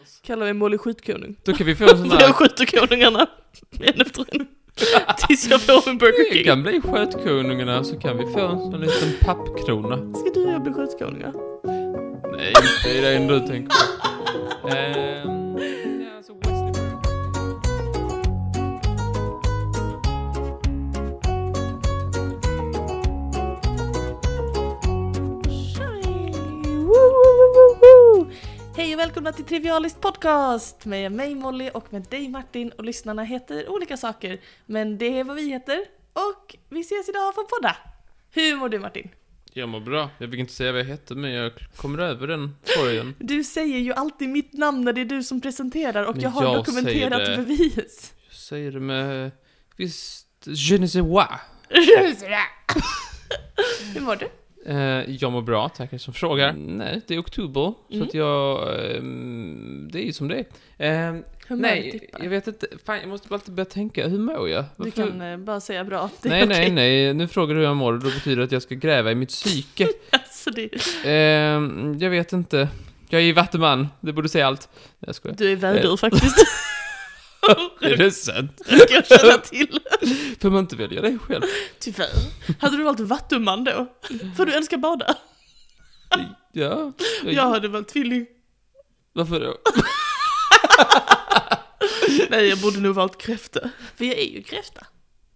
Yes. Kallar vi Molly skjutkonung. Då kan vi få en sån För jag där... skjuter konungarna en efter en. Tills jag får en Burger Vi King. kan bli skötkonungarna så kan vi få en sån liten pappkrona. Ska du och jag bli skjutkonungar? Nej, det är det enda du tänker på. Ehm, ja, alltså Wesley- Woo, woo, woo, woo, woo. Hej och välkomna till Trivialist podcast med mig Molly och med dig Martin och lyssnarna heter olika saker men det är vad vi heter och vi ses idag för att podda. Hur mår du Martin? Jag mår bra. Jag fick inte säga vad jag hette, men jag kommer över den sorgen. Du säger ju alltid mitt namn när det är du som presenterar och Men jag har jag dokumenterat säger det. bevis. Jag säger det med visst je ne sais quoi. Hur mår du? Eh, jag mår bra, tackar som frågar. Nej, det är oktober, Mm. så att jag... ehm, det är ju som det är. Ehm, nej, jag vet inte. Fan, jag måste bara alltid börja tänka. Hur mår jag? Du Varför- typ kan eh, bara säga bra. Det är Nej, nej, okej. nej. Nu frågar du hur jag mår och då betyder det att jag ska gräva i mitt psyke. Alltså, det, Ehm, jag vet inte. Jag är ju vattenman, det borde säga allt. Nej, jag skojar. du är vädur faktiskt. Oh, Är det sant? Det ska jag känna till. Får man inte välja det själv? Tyvärr. Hade du valt vattuman då? För du älskar bada? Ja. jag- Jag hade valt tvilling. Varför då? Nej, jag borde nog valt kräfta. För jag är ju kräfta.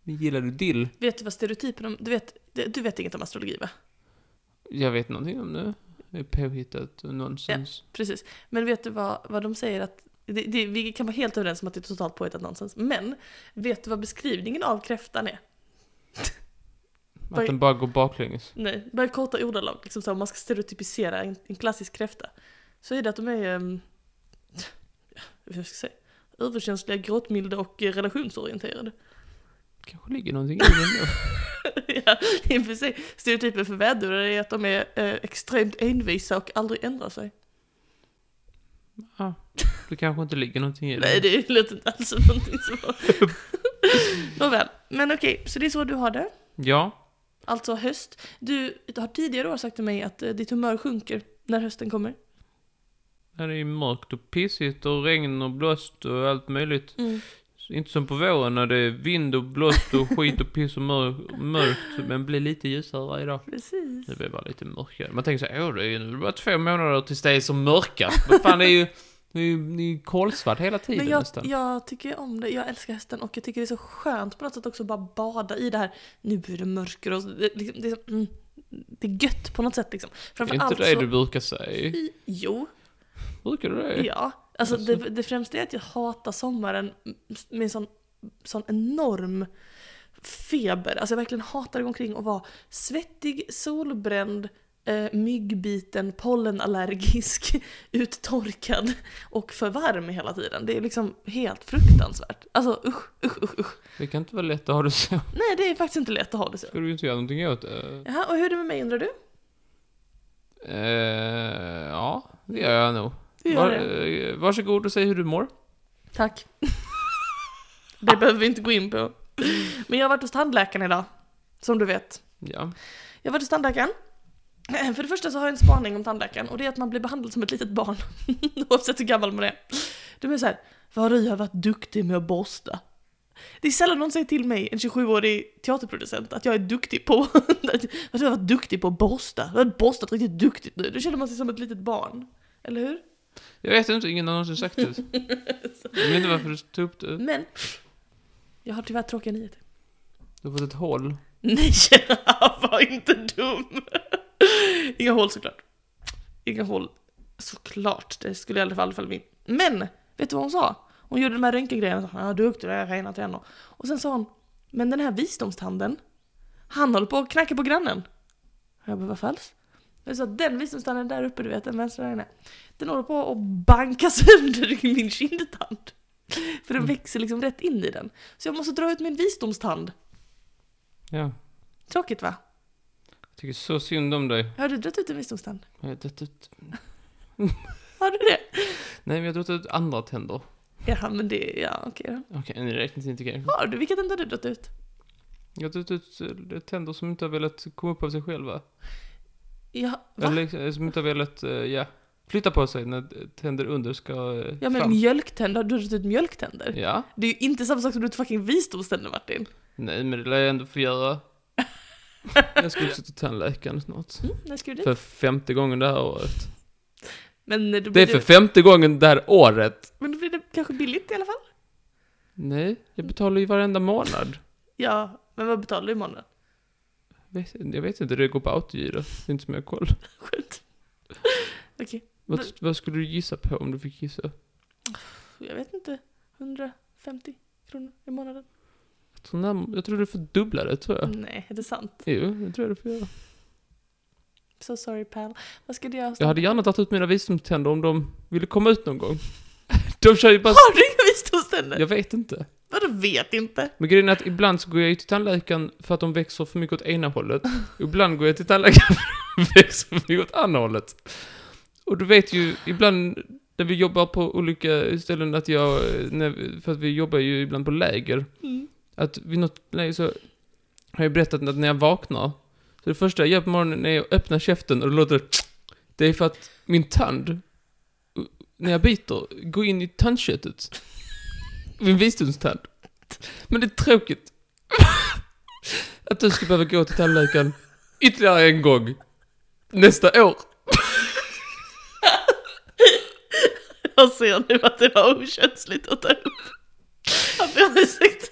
Gillar du dill? Vet du vad stereotypen om... Du vet, du vet inget om astrologi va? Jag vet någonting om det. Det är påhittat och nonsens. Precis. Men vet du vad, vad de säger att... Det, det, vi kan vara helt överens om att det är totalt påhittat nonsens. Men, vet du vad beskrivningen av kräftan är? Att den bara går baklänges. Nej, bara i korta ordalag. Liksom så här, om man ska stereotypisera en, en klassisk kräfta. Så är det att de är... Um, vad ska jag säga? Överkänsliga, gråtmilda och eh, relationsorienterade. Kanske ligger någonting i den. ja, i och för sig. Stereotypen för vädurar är att de är eh, extremt envisa och aldrig ändrar sig. Ja. Det kanske inte ligger någonting i den. Nej, det lät inte alls som någonting som var... Nåväl, men okej, så det är så du har det. Ja. Alltså höst. Du har tidigare år sagt till mig att eh, ditt humör sjunker när hösten kommer. Här är det ju mörkt och pissigt och regn och blåst och allt möjligt. Inte som på våren när det är vind och blåst och skit och piss och mör- mörkt. Men blir lite ljusare varje dag. Precis. Nu blir det bara lite mörkare. Man tänker så här, åh det är ju nu är det bara två månader tills det är som mörkast. Men fan det är ju, det är ju, det är ju kolsvart hela tiden Men jag, nästan. jag tycker om det, jag älskar hösten och jag tycker det är så skönt på något sätt också att bara bada i det här. Nu blir det mörker och så- det, liksom, det, är så- mm, det är gött på något sätt liksom. det är Framförallt inte det du brukar säga. så... Jo, Brukar du det? Ja, alltså Alltså. det, det främsta är att jag hatar sommaren med en sån, sån enorm feber. Alltså jag verkligen hatar att gå omkring och vara svettig, solbränd, eh, myggbiten, pollenallergisk, uttorkad och för varm hela tiden. Det är liksom helt fruktansvärt. Alltså usch, usch, usch, usch. Det kan inte vara lätt att ha det så. Nej, det är faktiskt inte lätt att ha det så. Ska du ju inte göra någonting åt det. Jaha, och hur är det med mig undrar du? Eh, ja, det gör jag nog. Du gör Var, det. eh, varsågod och säg hur du mår. Tack. Det behöver vi inte gå in på. Men jag har varit hos tandläkaren idag, som du vet. Ja. Jag har varit hos tandläkaren. För det första så har jag en spaning om tandläkaren och det är att man blir behandlad som ett litet barn. Oavsett hur gammal man är. De är såhär, vad du har varit duktig med att borsta. Det är sällan någon säger till mig, en 27-årig teaterproducent, att jag är duktig på... att jag har varit duktig på att borsta. Jag har borstat riktigt duktigt nu. Då känner man sig som ett litet barn. Eller hur? Jag vet inte, ingen har någonsin sagt det. Jag vet inte varför du tog upp det. Men, jag har tyvärr tråkiga nyheter. Du har fått ett hål. Nej, var inte dum. Inga hål såklart. Inga hål såklart. Det skulle i alla fall falla in. Men, vet du vad hon sa? Hon gjorde de här röntgengrejerna. och sa, Ja, duktig du är, rena tänder. Och sen sa hon, men den här visdomstanden, han håller på att knacka på grannen. Och jag bara, vad falskt? Jag sa, den visdomstanden där uppe, du vet, den vänstra ögonen, den håller på att banka sönder i min kindtand. För den växer liksom rätt in i den. Så jag måste dra ut min visdomstand. Ja. Tråkigt va? Jag tycker så synd om dig. Har du dragit ut en visdomstand? Jag har dragit ut... Har du det? Nej, men jag har dragit ut andra tänder. Ja, men det, ja okej då. Okej, nu räknas inte kanske. Har du? Vilka tänder har du dragit ut? Jag har dragit ut eh, tänder som inte har velat komma upp av sig själva. Ja, va? Eller liksom, eh, som inte har velat, eh, ja. flytta på sig när tänder under ska eh, Ja men fram. mjölktänder, du har rätt ut mjölktänder. Ja, Det är ju inte samma sak som du har ett fucking visdomständer Martin. nej men det lär jag ändå få göra. Jag ska också till tandläkaren snart. Mm, när ska du dit? För femte gången det här året. Men eh, då Det blir är för det, femte gången det här året! men då blir det kanske billigt i alla fall? Nej, jag betalar ju varenda månad. Ja, men vad betalar du i månaden? Vet- Jag vet inte, det går på autogiro. Det är inte som jag har koll. Skönt. Okej, Vad, Men- vad skulle du gissa på om du fick gissa? jag vet inte. 150 kronor i månaden? Jag tror, när, jag tror du får dubbla det, tror jag. Nej, är det sant? Jo, det tror jag du får göra. So sorry pal. Vad ska du göra? hos Jag dem? hade gärna tagit ut mina visdomständer om de ville komma ut någon gång. De kör ju bara... Har du inga visdomständer? Jag vet inte. Vadå vet inte? Men grejen är att ibland så går jag ju till tandläkaren för att de växer för mycket åt ena hållet. Och ibland går jag till tandläkaren för att de växer för mycket åt andra hållet. Och du vet ju, ibland när vi jobbar på olika ställen att jag... eh, När, för att vi jobbar ju ibland på läger. Mm. Att vid något läge så har jag berättat att när jag vaknar, så det första jag gör på morgonen är att öppna käften och det låter... Det är för att min tand, när jag biter, går in i tandköttet. Min visdomstand. Men det är tråkigt. Att du ska behöva gå till tandläkaren ytterligare en gång. Nästa år. Jag ser nu att det var okänsligt att ta upp. Jag ber om ursäkt.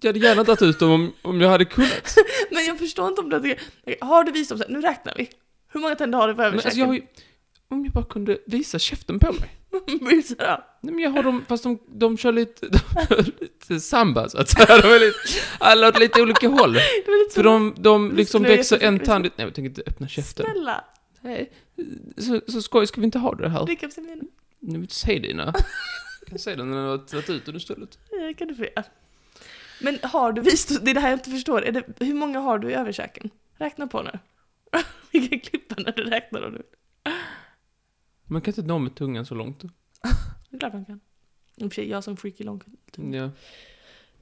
Jag hade gärna tagit ut dem om, om jag hade kunnat. Men jag förstår inte om du tycker... Okej, Har du visdomständer? Nu räknar vi. Hur många tänder har du på Men alltså jag har ju, om jag bara kunde visa käften på mig. överkäken? Nej, men jag har dem, fast de, de kör lite, de kör lite samba så att säga. De är lite, alla åt lite olika håll. Det var lite För de, de liksom Nu är jag växer en jättesäker. tand... Nej, jag tänker inte öppna käften. Snälla, Nej, så, så skoj ska vi inte ha det här. dricka vitaminer. Nu vill inte säga dina. Jag kan säga den när du har tagit ut den istället. Ja, kan du få göra. Men har du visdom... Det är det här jag inte förstår. Är det... Hur många har du i överkäken? Räkna på nu. Vi kan klippa när du räknar om du vill. Man kan inte nå med tungan så långt. Det är klart man kan. I och för sig, jag som freaky lång. Ja.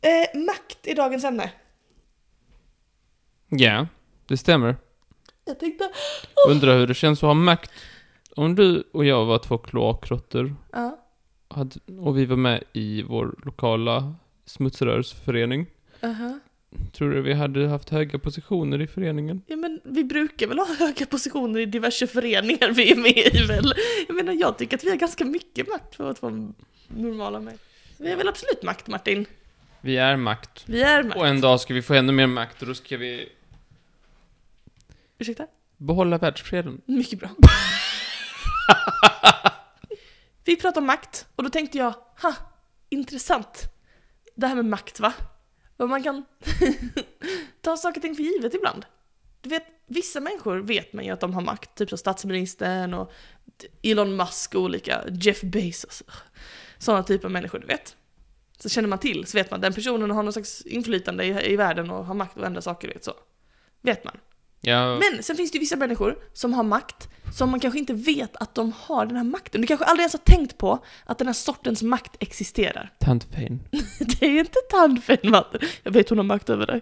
Eh, makt i dagens ämne. Ja, det stämmer. Jag tänkte... Undrar hur det känns att ha makt. Om du och jag var två kloakrottor Ja. hade- och vi var med i vår lokala smutsrörelseförening. aha. Tror du vi hade haft höga positioner i föreningen? Ja men vi brukar väl ha höga positioner i diverse föreningar vi är med i väl? Jag menar jag tycker att vi har ganska mycket makt för att vara normala med. Vi har väl absolut makt Martin? Vi är makt. Vi är makt. Och en dag ska vi få ännu mer makt och då ska vi Ursäkta? behålla världsfreden. Mycket bra. vi pratar om makt och då tänkte jag, ha, intressant. Det här med makt va? Vad man kan ta saker och ting för givet ibland. Du vet, vissa människor vet man ju att de har makt, typ som statsministern och Elon Musk och olika, Jeff Bezos. Sådana typer av människor, du vet. Så känner man till, så vet man, den personen har någon slags inflytande i, i världen och har makt att ändra saker, du vet så. Vet man. Ja, Men sen finns det ju vissa människor som har makt som man kanske inte vet att de har den här makten. Du kanske aldrig ens har tänkt på att den här sortens makt existerar. tantfein. Det är inte tandfen, Matte. Jag vet hon har makt över dig.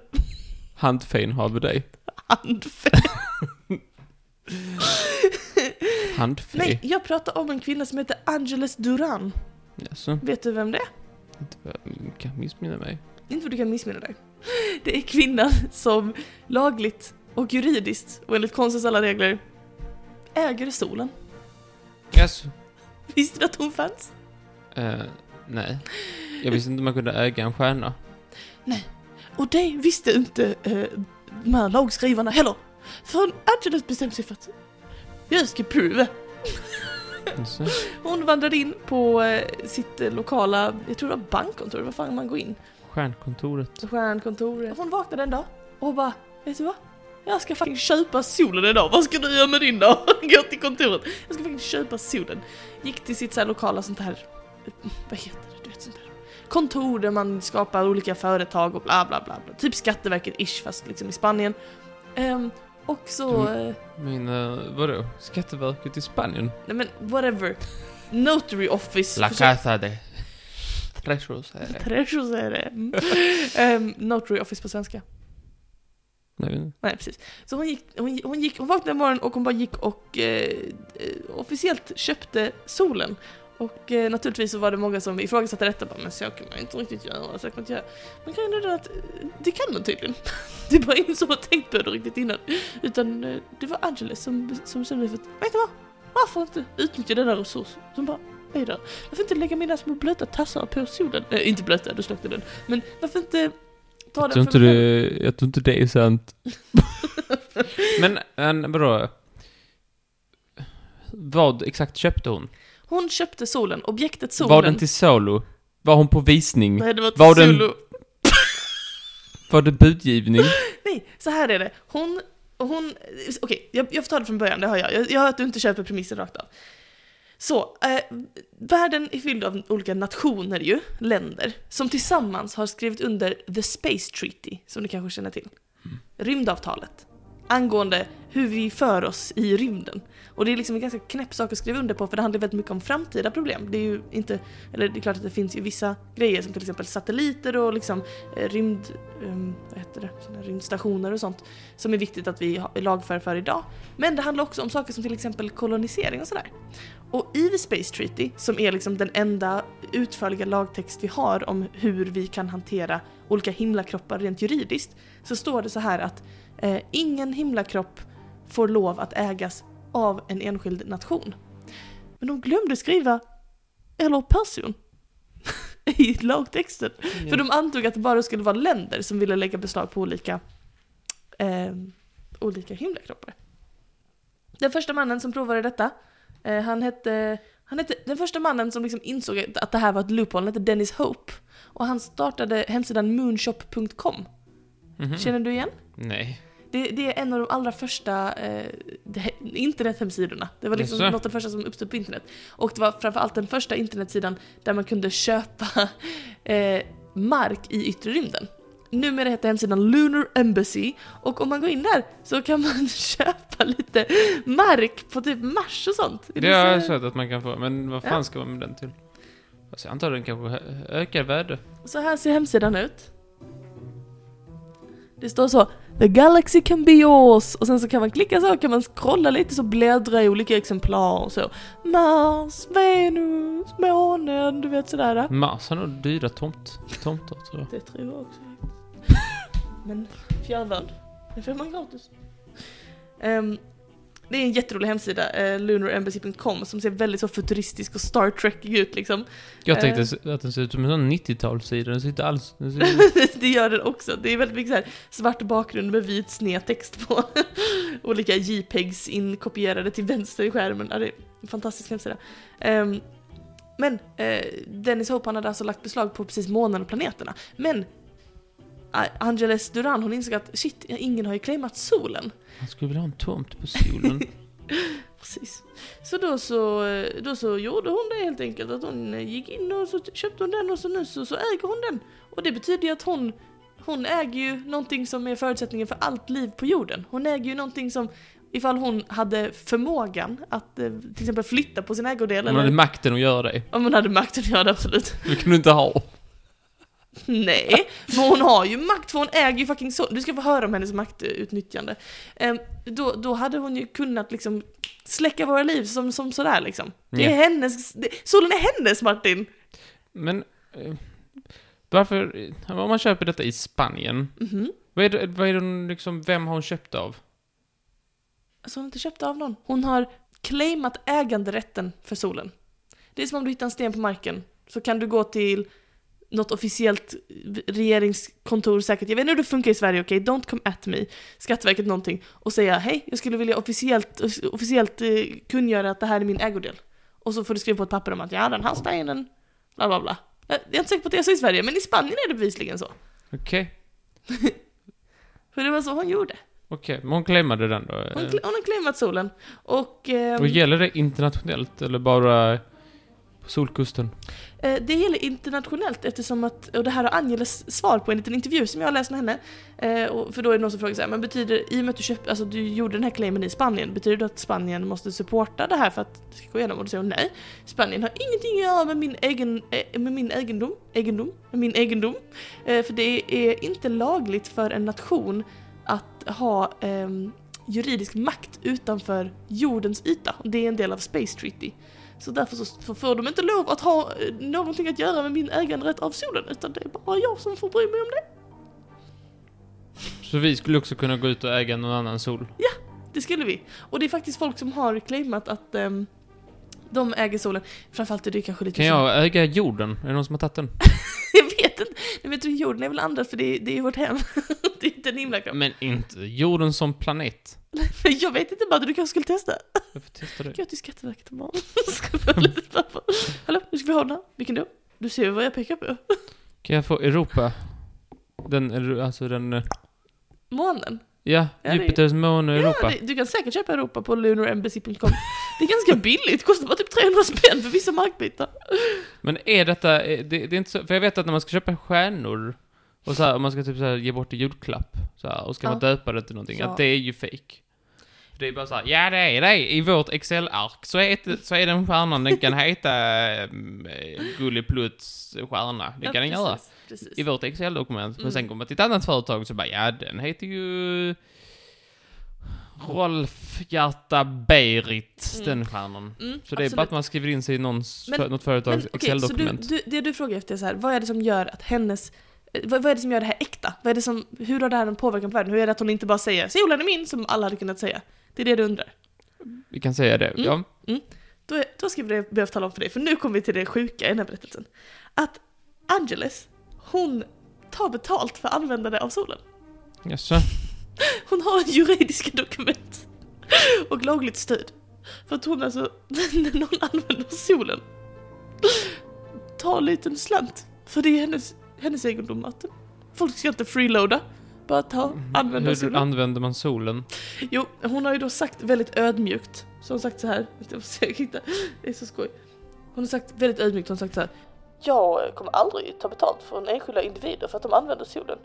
Handfein har vi dig. Handfen. Nej, Handfej. jag pratar om en kvinna som heter Angeles Duran. Jaså? Vet du vem det är? Inte vad jag kan missminna mig. Inte för du kan missminna dig. Det är kvinnan som lagligt och juridiskt och enligt konstens alla regler äger solen. Jaså? Visste du att hon fanns? Eh, nej. Jag visste inte man kunde äga en stjärna. Och det visste inte eh, de här lagskrivarna heller. Förrän Angelus bestämde sig för att jag ska prova. Jaså? Hon vandrade in på eh, sitt eh, lokala, jag tror det var bankkontor, var fan man går in? Stjärnkontoret. Stjärnkontoret. Hon vaknade en dag och bara, vet du vad? Jag ska fucking köpa solen idag, vad ska du göra med din dag? Gå till kontoret. Jag ska fucking köpa solen. Gick till sitt så här lokala sånt här, vad heter det, du vet sånt här. Kontor där man skapar olika företag och bla bla bla. bla. Typ Skatteverket-ish fast liksom i Spanien. Ehm, och så, eh, Men eh, vadå? Skatteverket i Spanien? nej men whatever. Notary office. La Försök- Casa de... Treasures är det. Treasures är det. Mm. Ehm, notary office på svenska. Nej, jag vet inte. Nej, precis. Så hon gick, hon, gick- hon, gick, hon vaknade en morgon och hon bara gick och eh, eh, officiellt köpte solen. Och eh, naturligtvis så var det många som ifrågasatte detta, bara, men så kan man ju inte riktigt göra, så kan man inte göra. Men grejen är den att eh, det kan man tydligen. Det är bara ingen som har tänkt på det riktigt innan. Utan eh, det var Angeles som, som bestämde sig för att, vet du vad? Varför inte utnyttja den här resursen som bara är där? Varför inte lägga mina små blöta tassar på solen? Eh, inte blöta, du släckte den. Men varför inte ta Jag tror, den inte för mig själv? det, jag tror inte det är sant. men, men vadå? Vad exakt köpte hon? Hon köpte solen, objektet solen. Var den till solo? Var hon på visning? Nej, det var till Var den- solo. Var det budgivning? Nej, så här är det. Hon... hon Okej, jag, jag får ta det från början, det har jag. Jag, jag hör att du inte köper premissen rakt av. Så, eh, världen är fylld av olika nationer ju, länder, som tillsammans har skrivit under The Space Treaty, som du kanske känner till. Mm. Rymdavtalet. Angående hur vi för oss i rymden. Och det är liksom en ganska knäpp sak att skriva under på för det handlar väldigt mycket om framtida problem. Det är ju inte, eller det är klart att det finns ju vissa grejer som till exempel satelliter och liksom eh, rymd, ehm, vad heter det, såna här rymdstationer och sånt som är viktigt att vi ha- lagför för idag. Men det handlar också om saker som till exempel kolonisering och sådär. Och i The Space Treaty, som är liksom den enda utförliga lagtext vi har om hur vi kan hantera olika himlakroppar rent juridiskt, så står det så här att eh, ingen himlakropp får lov att ägas av en enskild nation. Men de glömde skriva eller person i lagtexten. För de antog att det bara skulle vara länder som ville lägga beslag på olika, eh, olika himlakroppar. Den första mannen som provade detta, eh, han, hette, han hette... Den första mannen som liksom insåg att- att det här var ett loophole, han hette Dennis Hope. Och han startade hemsidan moonshop.com. Mhm. Känner du igen? Nej. Det, det är en av de allra första eh, det- internethemsidorna. Det var liksom Jaså? något av det första som uppstod på internet. Och det var framförallt den första internetsidan där man kunde köpa eh, mark i yttre rymden. Numera heter hemsidan Lunar Embassy och om man går in där så kan man köpa lite mark på typ Mars och sånt. Är Det har jag så- sett att man kan få, men vad fan Ja. ska man med den till? Alltså, jag antar den kanske ö- ökar värde. Så här ser hemsidan ut. Det står så The Galaxy can be yours och sen så kan man klicka så kan man scrolla lite så bläddra i olika exemplar och så. Mars, Venus, månen, du vet sådär. Mars har nog dyra tomt, tomter tror jag. Det tror jag också Men fjärrvärld, det får man gratis. Ehm, det är en jätterolig hemsida, eh, lunarenbassy.com, som ser väldigt så futuristisk och Star Trek ut liksom. Jag Eh. tänkte s- att den ser ut som en sån 90-talssida, den ser inte alls... Den ser, det gör den också. Det är väldigt mycket så här svart bakgrund med vit snedtext på. Olika JPEGs inkopierade till vänster i skärmen. Ja, det är en fantastisk hemsida. Ehm, men eh, Dennis Hope han hade alltså lagt beslag på precis månen och planeterna. Men A- Angeles Duran hon insåg att shit, ja, ingen har ju claimat solen. man skulle vilja ha en tomt på solen. Precis. Så då, så eh, då så gjorde hon det helt enkelt. Att hon eh, gick in och så t- köpte hon den och så nu så, så äger hon den. Och det betyder ju att hon, hon äger ju någonting som är förutsättningen för allt liv på jorden. Hon äger ju någonting som ifall hon hade förmågan att eh, till exempel flytta på sin ägodel. Man hade eller, makten att göra det. om hon hade makten att göra det, absolut. Det kan du inte ha. Nej, men hon har ju makt för hon äger ju fucking solen. Du ska få höra om hennes maktutnyttjande. Ehm, då, då hade hon ju kunnat liksom släcka våra liv som, som sådär liksom. Det är Ja. hennes, det, solen är hennes Martin! Men... eh, Varför... Om man köper detta i Spanien, Mhm. vad är det, vad är det hon liksom, vem har hon köpt av? Alltså hon har inte köpt av någon. Hon har claimat äganderätten för solen. Det är som om du hittar en sten på marken, så kan du gå till något officiellt regeringskontor säkert, jag vet inte hur det funkar i Sverige, okej? Don't come at me. Skatteverket någonting. Och säga hej, jag skulle vilja officiellt, officiellt eh, kungöra att det här är min ägodel. Och så får du skriva på ett papper om att ja, den här steinen, bla bla bla. Jag jag är inte säker på att det är så i Sverige, men i Spanien är det bevisligen så. Okej, För det var så hon gjorde. okej. Men hon claimade den då? Hon, eh. kla- hon har claimat solen. Och... ehm, Och gäller det internationellt eller bara på solkusten? Eh, Det gäller internationellt eftersom att, och det här har Angeles svar på en liten intervju som jag har läst med henne. Eh, och, för då är det någon som frågar så här, men betyder, i och med att du, köpt, alltså, du gjorde den här claimen i Spanien, betyder det att Spanien måste supporta det här för att det ska gå igenom? Och då säger hon nej. Spanien har ingenting att göra med min, egen, eh, med min egendom, egendom, med min egendom. Eh, för det är inte lagligt för en nation att ha ehm, juridisk makt utanför jordens yta. Det är en del av Space Treaty. Så därför så så får de inte lov att ha eh, någonting att göra med min äganderätt av solen, utan det är bara jag som får bry mig om det. Så vi skulle också kunna gå ut och äga någon annan sol. Det skulle vi. Och det är faktiskt folk som har claimat att ehm, de äger solen. Framförallt är det kanske lite Kan så- jag äga jorden? Är det någon som har tagit den? Jag vet inte. Nej, vet du, jorden är väl andra för det är, det är vårt hem. det är inte en himlakropp. Men inte jorden som planet. Jag vet inte bara, du kanske skulle testa. Jag får testa det. Gå till Skatteverket imorgon. Ska få lite papper. Hallå, nu ska vi ha den här. Vilken då? Du ser ju vad jag pekar på. Kan jag få Europa? Den, Ero- alltså den... eh, Månen. Ja, det är- Jupiters måne och Ja, Europa. det, du kan säkert köpa Europa på lunarembassy.com. Det är ganska billigt, kostar bara typ 300 spänn för vissa markbitar. Men är detta... eh, Det, det är inte så, för jag vet att när man ska köpa stjärnor och så här, om man ska typ så här ge bort i julklapp så här, och ska man Ja. döpa det till någonting, Ja. att det är ju fake. Det är bara så här, ja det är det. I vårt Excel-ark så är, det, så är den stjärnan, den kan heta um, Gullepluts stjärna. Det kan den precis, göra. Precis. i vårt Excel-dokument. Men Mm. sen kommer man till ett annat företag så bara, ja den heter ju... Rolf Hjarta Berit, Mm. den stjärnan. Mm, Så det är bara att man skriver in sig i någons, Men- något företags Men okej, så du, Excel-dokument. du, det du frågar efter är så här, vad är det som gör att hennes eh, vad, vad är det som gör det här äkta? Vad är det som, hur har det här en påverkan på världen? Hur är det att hon inte bara säger “solen är min” som alla hade kunnat säga? Det är det du undrar. Vi kan säga det. Mm. Ja. Då, är- då ska vi det- behöva tala om för dig, för nu kommer vi till det sjuka i den här berättelsen. Att Angeles, hon tar betalt för användande av solen. Jaså? Hon har juridiska dokument och lagligt stöd. För att hon alltså, när någon använder solen, tar en liten slant. För det är hennes, hennes egendom, Martin. Folk ska inte freeloada, bara ta, använda Hur solen. använder man solen? Jo, hon har ju då sagt väldigt ödmjukt, så hon har sagt så här, jag måste se, jag hittar. det är så skoj. Hon har sagt väldigt ödmjukt, hon har sagt så här. Jag kommer aldrig ta betalt från enskilda individer för att de använder solen.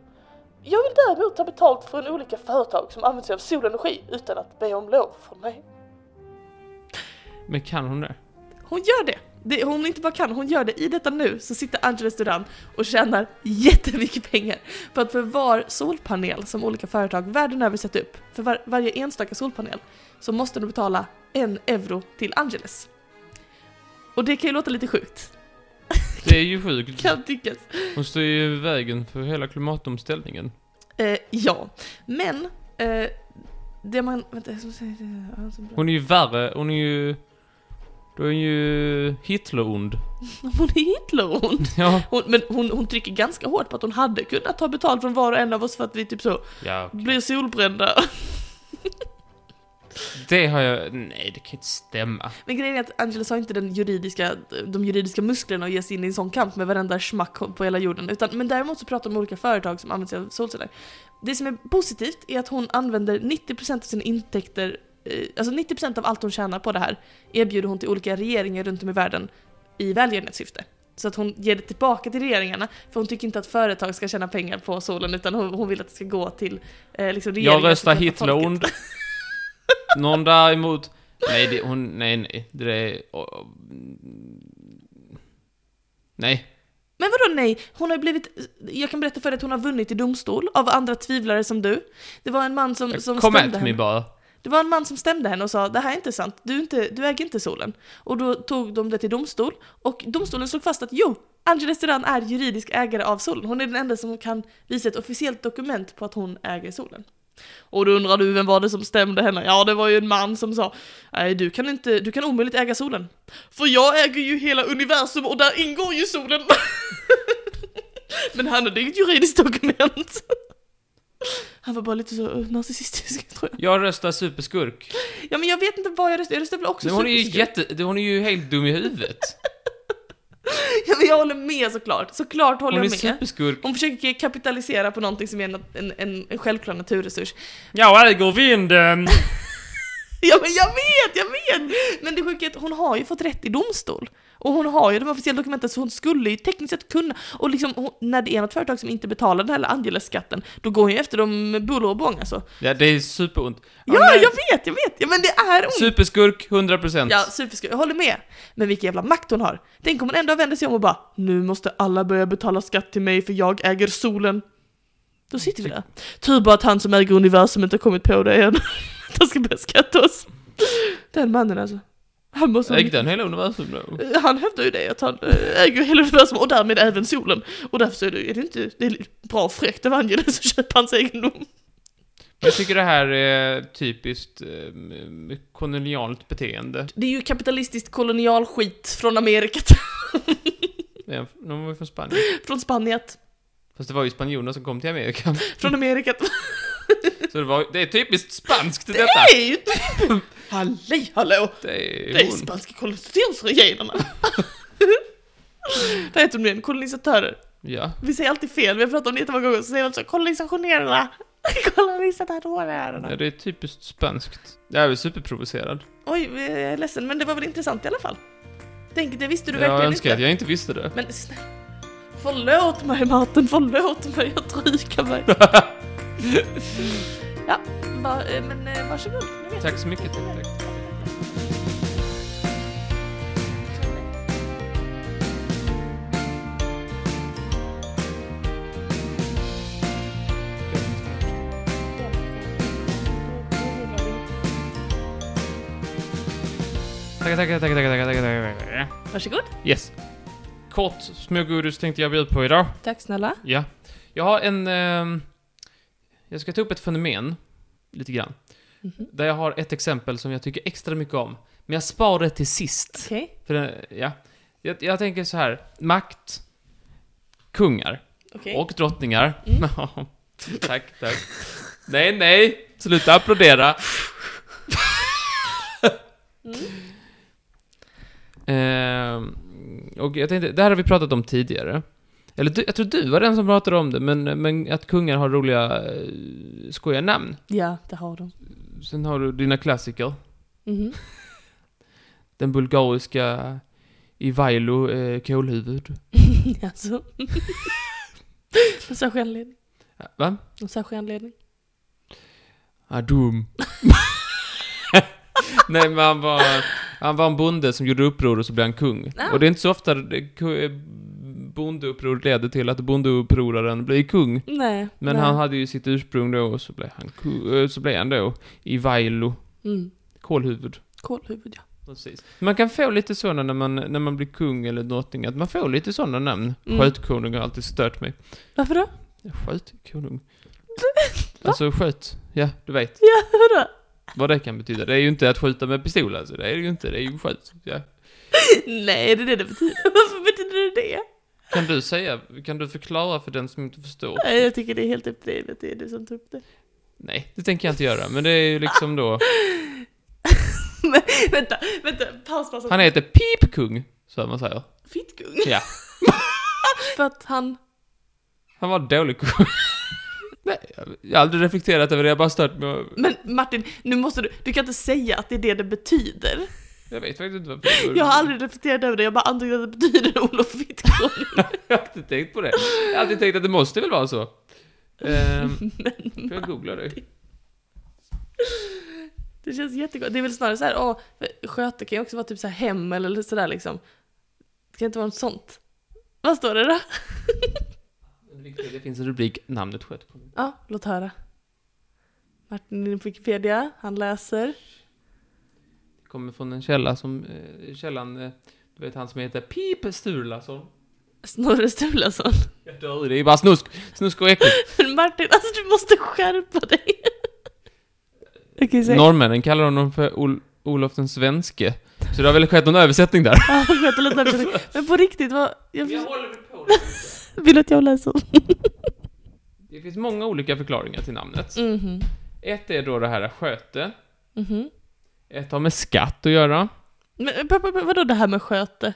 Jag vill däremot ta betalt från olika företag som använder sig av solenergi utan att be om lov från mig. Men kan hon det? Hon gör det! det hon inte bara kan, hon gör det i detta nu så sitter Angeles Duran och tjänar jättemycket pengar för att för var solpanel som olika företag världen över sätter upp, för var, varje enstaka solpanel, så måste de betala en euro till Angeles. Och det kan ju låta lite sjukt, Det är ju sjukt. kan tyckas. Hon står ju i vägen för hela klimatomställningen. Eh, ja, men eh, det man... Vänta, jag ska se- det är- ja, så bra. Hon är ju värre. Hon är ju... Då är hon ju Hitlerond. hon är Hitlerond! Ja. Hon, men hon, hon trycker ganska hårt på att hon hade kunnat ta betalt från var och en av oss för att vi typ så ja. blir solbrända. Det har jag... Nej, det kan inte stämma. Men grejen är att Angeles har inte den juridiska, de juridiska musklerna att ge sig in i en sån kamp med varenda schmack på hela jorden. Utan, men däremot så pratar de om olika företag som använder sig av solceller. Det som är positivt är att hon använder 90% av sina intäkter, eh, alltså 90% av allt hon tjänar på det här erbjuder hon till olika regeringar runt om i världen i välgörenhetssyfte. Så att hon ger det tillbaka till regeringarna, för hon tycker inte att företag ska tjäna pengar på solen utan hon, hon vill att det ska gå till eh, liksom regeringar Jag som röstar träffar folket. Hitlerond. Någon däremot... Nej, det, hon, nej, nej. Det där är... åh, åh, mm. nej. Men vadå nej? Hon har ju blivit, jag kan berätta för dig att hon har vunnit i domstol av andra tvivlare som du. Det var en man som, som Kom stämde at me henne. bara. Det var en man som stämde henne och sa det här är inte sant, du, är inte, du äger inte solen. Och då tog de det till domstol och domstolen slog fast att jo, Angeles Duran är juridisk ägare av solen. Hon är den enda som kan visa ett officiellt dokument på att hon äger solen. Och då undrar du vem var det som stämde henne? Ja, det var ju en man som sa Nej, du kan inte, du kan omöjligt äga solen. För jag äger ju hela universum och där ingår ju solen. Men han hade inget juridiskt dokument. Han var bara lite så narcissistisk tror jag. Jag röstar superskurk. Ja men jag vet inte vad jag röstar, jag röstar väl också Nej, hon är ju superskurk. jätte... det- Hon är ju helt dum i huvudet. Ja, men jag håller med såklart, såklart håller Hon är jag med. superskurk. Hon försöker kapitalisera på någonting som är en, en, en, en självklar naturresurs. Jag äger vinden! Ja men jag vet, jag vet! Men det sjuka är att hon har ju fått rätt i domstol. Och hon har ju de officiella dokumenten så hon skulle ju tekniskt sett kunna, och liksom hon, när det är något företag som inte betalar den här Angeles-skatten, då går hon ju efter dem med buller och bång alltså. Ja, det är superont. Ja, jag vet, jag vet! Ja men det är ont! Superskurk, 100%. Ja, superskurk. Jag håller med. Men vilken jävla makt hon har. Tänk om hon ändå vänder sig om och bara Nu måste alla börja betala skatt till mig för jag äger solen. Då sitter vi där. Tur bara att han som äger universum inte har kommit på det än. att han ska börja skratta oss. Den mannen alltså. Han måste... Ägde han hela universum då? Han hävdar ju det, att han eh, äger hela universum och därmed även solen. Och därför så är det, är det inte det är bra fräckt av Angeles att köpa hans egendom. Jag tycker det här är typiskt eh, kolonialt beteende. Det är ju kapitalistiskt kolonialskit från Amerika, Ja, De var ju från Spanien. från Spanien, Fast det var ju spanjorerna som kom till Amerika. från Amerika. Så det, var, det är typiskt spanskt Det detta. är ju typ... Halli hallå! Det Det är är hon. spanska kolonisationsregeringarna. Vad heter de nu igen? Kolonisatörer. Ja. Vi säger alltid fel, vi har pratat om det jättemånga gånger, så säger vi alltså kolonisationerna. ja, Kolonisatorerna. det är typiskt spanskt. Jag är väl superprovocerad. Oj, jag är ledsen, men det var väl intressant i alla fall? Tänk, det visste du Jag verkligen önskar att inte. jag inte visste det. Men snälla. Förlåt mig Martin, förlåt mig, jag trykar mig. ja, va, eh, men eh, varsågod. Nu vet Tack så mycket. Tack. du. Tackar, tackar, tackar, tackar, tackar, tackar, tackar. Varsågod. Yes. Kort smågodis tänkte jag bjuda på idag. Tack snälla. Ja. Jag har en... ehm, jag ska ta upp ett fenomen, lite grann. Mhm. Där jag har ett exempel som jag tycker extra mycket om. Men jag sparar det till sist. Okej. För, det- ja. jag, jag tänker så här, makt, kungar Okej. och drottningar. Mm. tack, tack. Nej, nej, sluta applådera. Mm. Ehm, och jag tänkte, det här har vi pratat om tidigare. Eller du, jag tror du var den som pratade om det, men, men att kungar har roliga eh, skojiga namn. Ja, det har de. Sen har du dina klassiker. Mhm. Den bulgariska Ivailo eh, Kolhuvud. alltså. en särskild anledning. Va? En särskild anledning. Ah, dum. Nej, men han var, han var en bonde som gjorde uppror och så blev han kung. Ah. Och det är inte så ofta det- ku- bondeuppror leder till att bondeupproraren blir kung. Nej. Men nej. han hade ju sitt ursprung då och så blev han, ku- eh, så blev han då i Vailo, Mm. kolhuvud. Kålhuvud, ja. Precis. Man kan få lite sådana när man, när man blir kung eller drottning, att man får lite sådana namn. Mm. Skötkonung har alltid stört mig. Varför då? Skötkonung? alltså sköt, ja du vet. Ja, vadå? Vad det kan betyda. Det är ju inte att skjuta med pistol alltså. Det är det ju inte. Det är ju skjut. Ja. Nej, det är det det betyder. Varför betyder det det? Kan du säga, kan du förklara för den som inte förstår? Nej, jag tycker det är helt uppdrivet. Det är du som tog upp det. Nej, det tänker jag inte göra. Men det är ju liksom då. Men, vänta, vänta. Paus, paus. Han heter Pipkung, så man säger. Fittkung? Ja. För att han... Han var en dålig kung. Nej, jag har aldrig reflekterat över det. Jag har bara stört mig. och- Men Martin, nu måste du... Du kan inte säga att det är det det betyder. Jag vet faktiskt inte varför. Jag har aldrig reflekterat över det, jag bara antog att det betyder Olof Fittkung. Jag har alltid tänkt på det. Jag har alltid tänkt att det måste väl vara så. Ehm, får jag googla det? Det känns jättegott. Det är väl snarare så här, åh, sköte kan ju också vara typ så här hem eller sådär liksom. Det kan inte vara något sånt. Vad står det då? Det finns en rubrik, namnet skötkonung. Ja, låt höra. Martin är på Wikipedia, han läser. Det kommer från en källa som, eh, källan, eh, du vet han som heter Pip Sturlason. Snorre Sturlason. Jag dör, det är bara snusk. Snusk och äckligt. Men Martin, alltså du måste skärpa dig. Jag kan ju säga, Norrmännen kallar honom för Ol- Olof den svenske. Så det har väl skett någon översättning där. ja, sköta lite översättning. Men på riktigt, vad... Jag Jag håller väl på det. vill att jag läser. Det finns många olika förklaringar till namnet. Mhm. Ett är då det här sköte. Mhm. Ett har med skatt att göra. Men eh, p- p- p- vadå det här med sköte?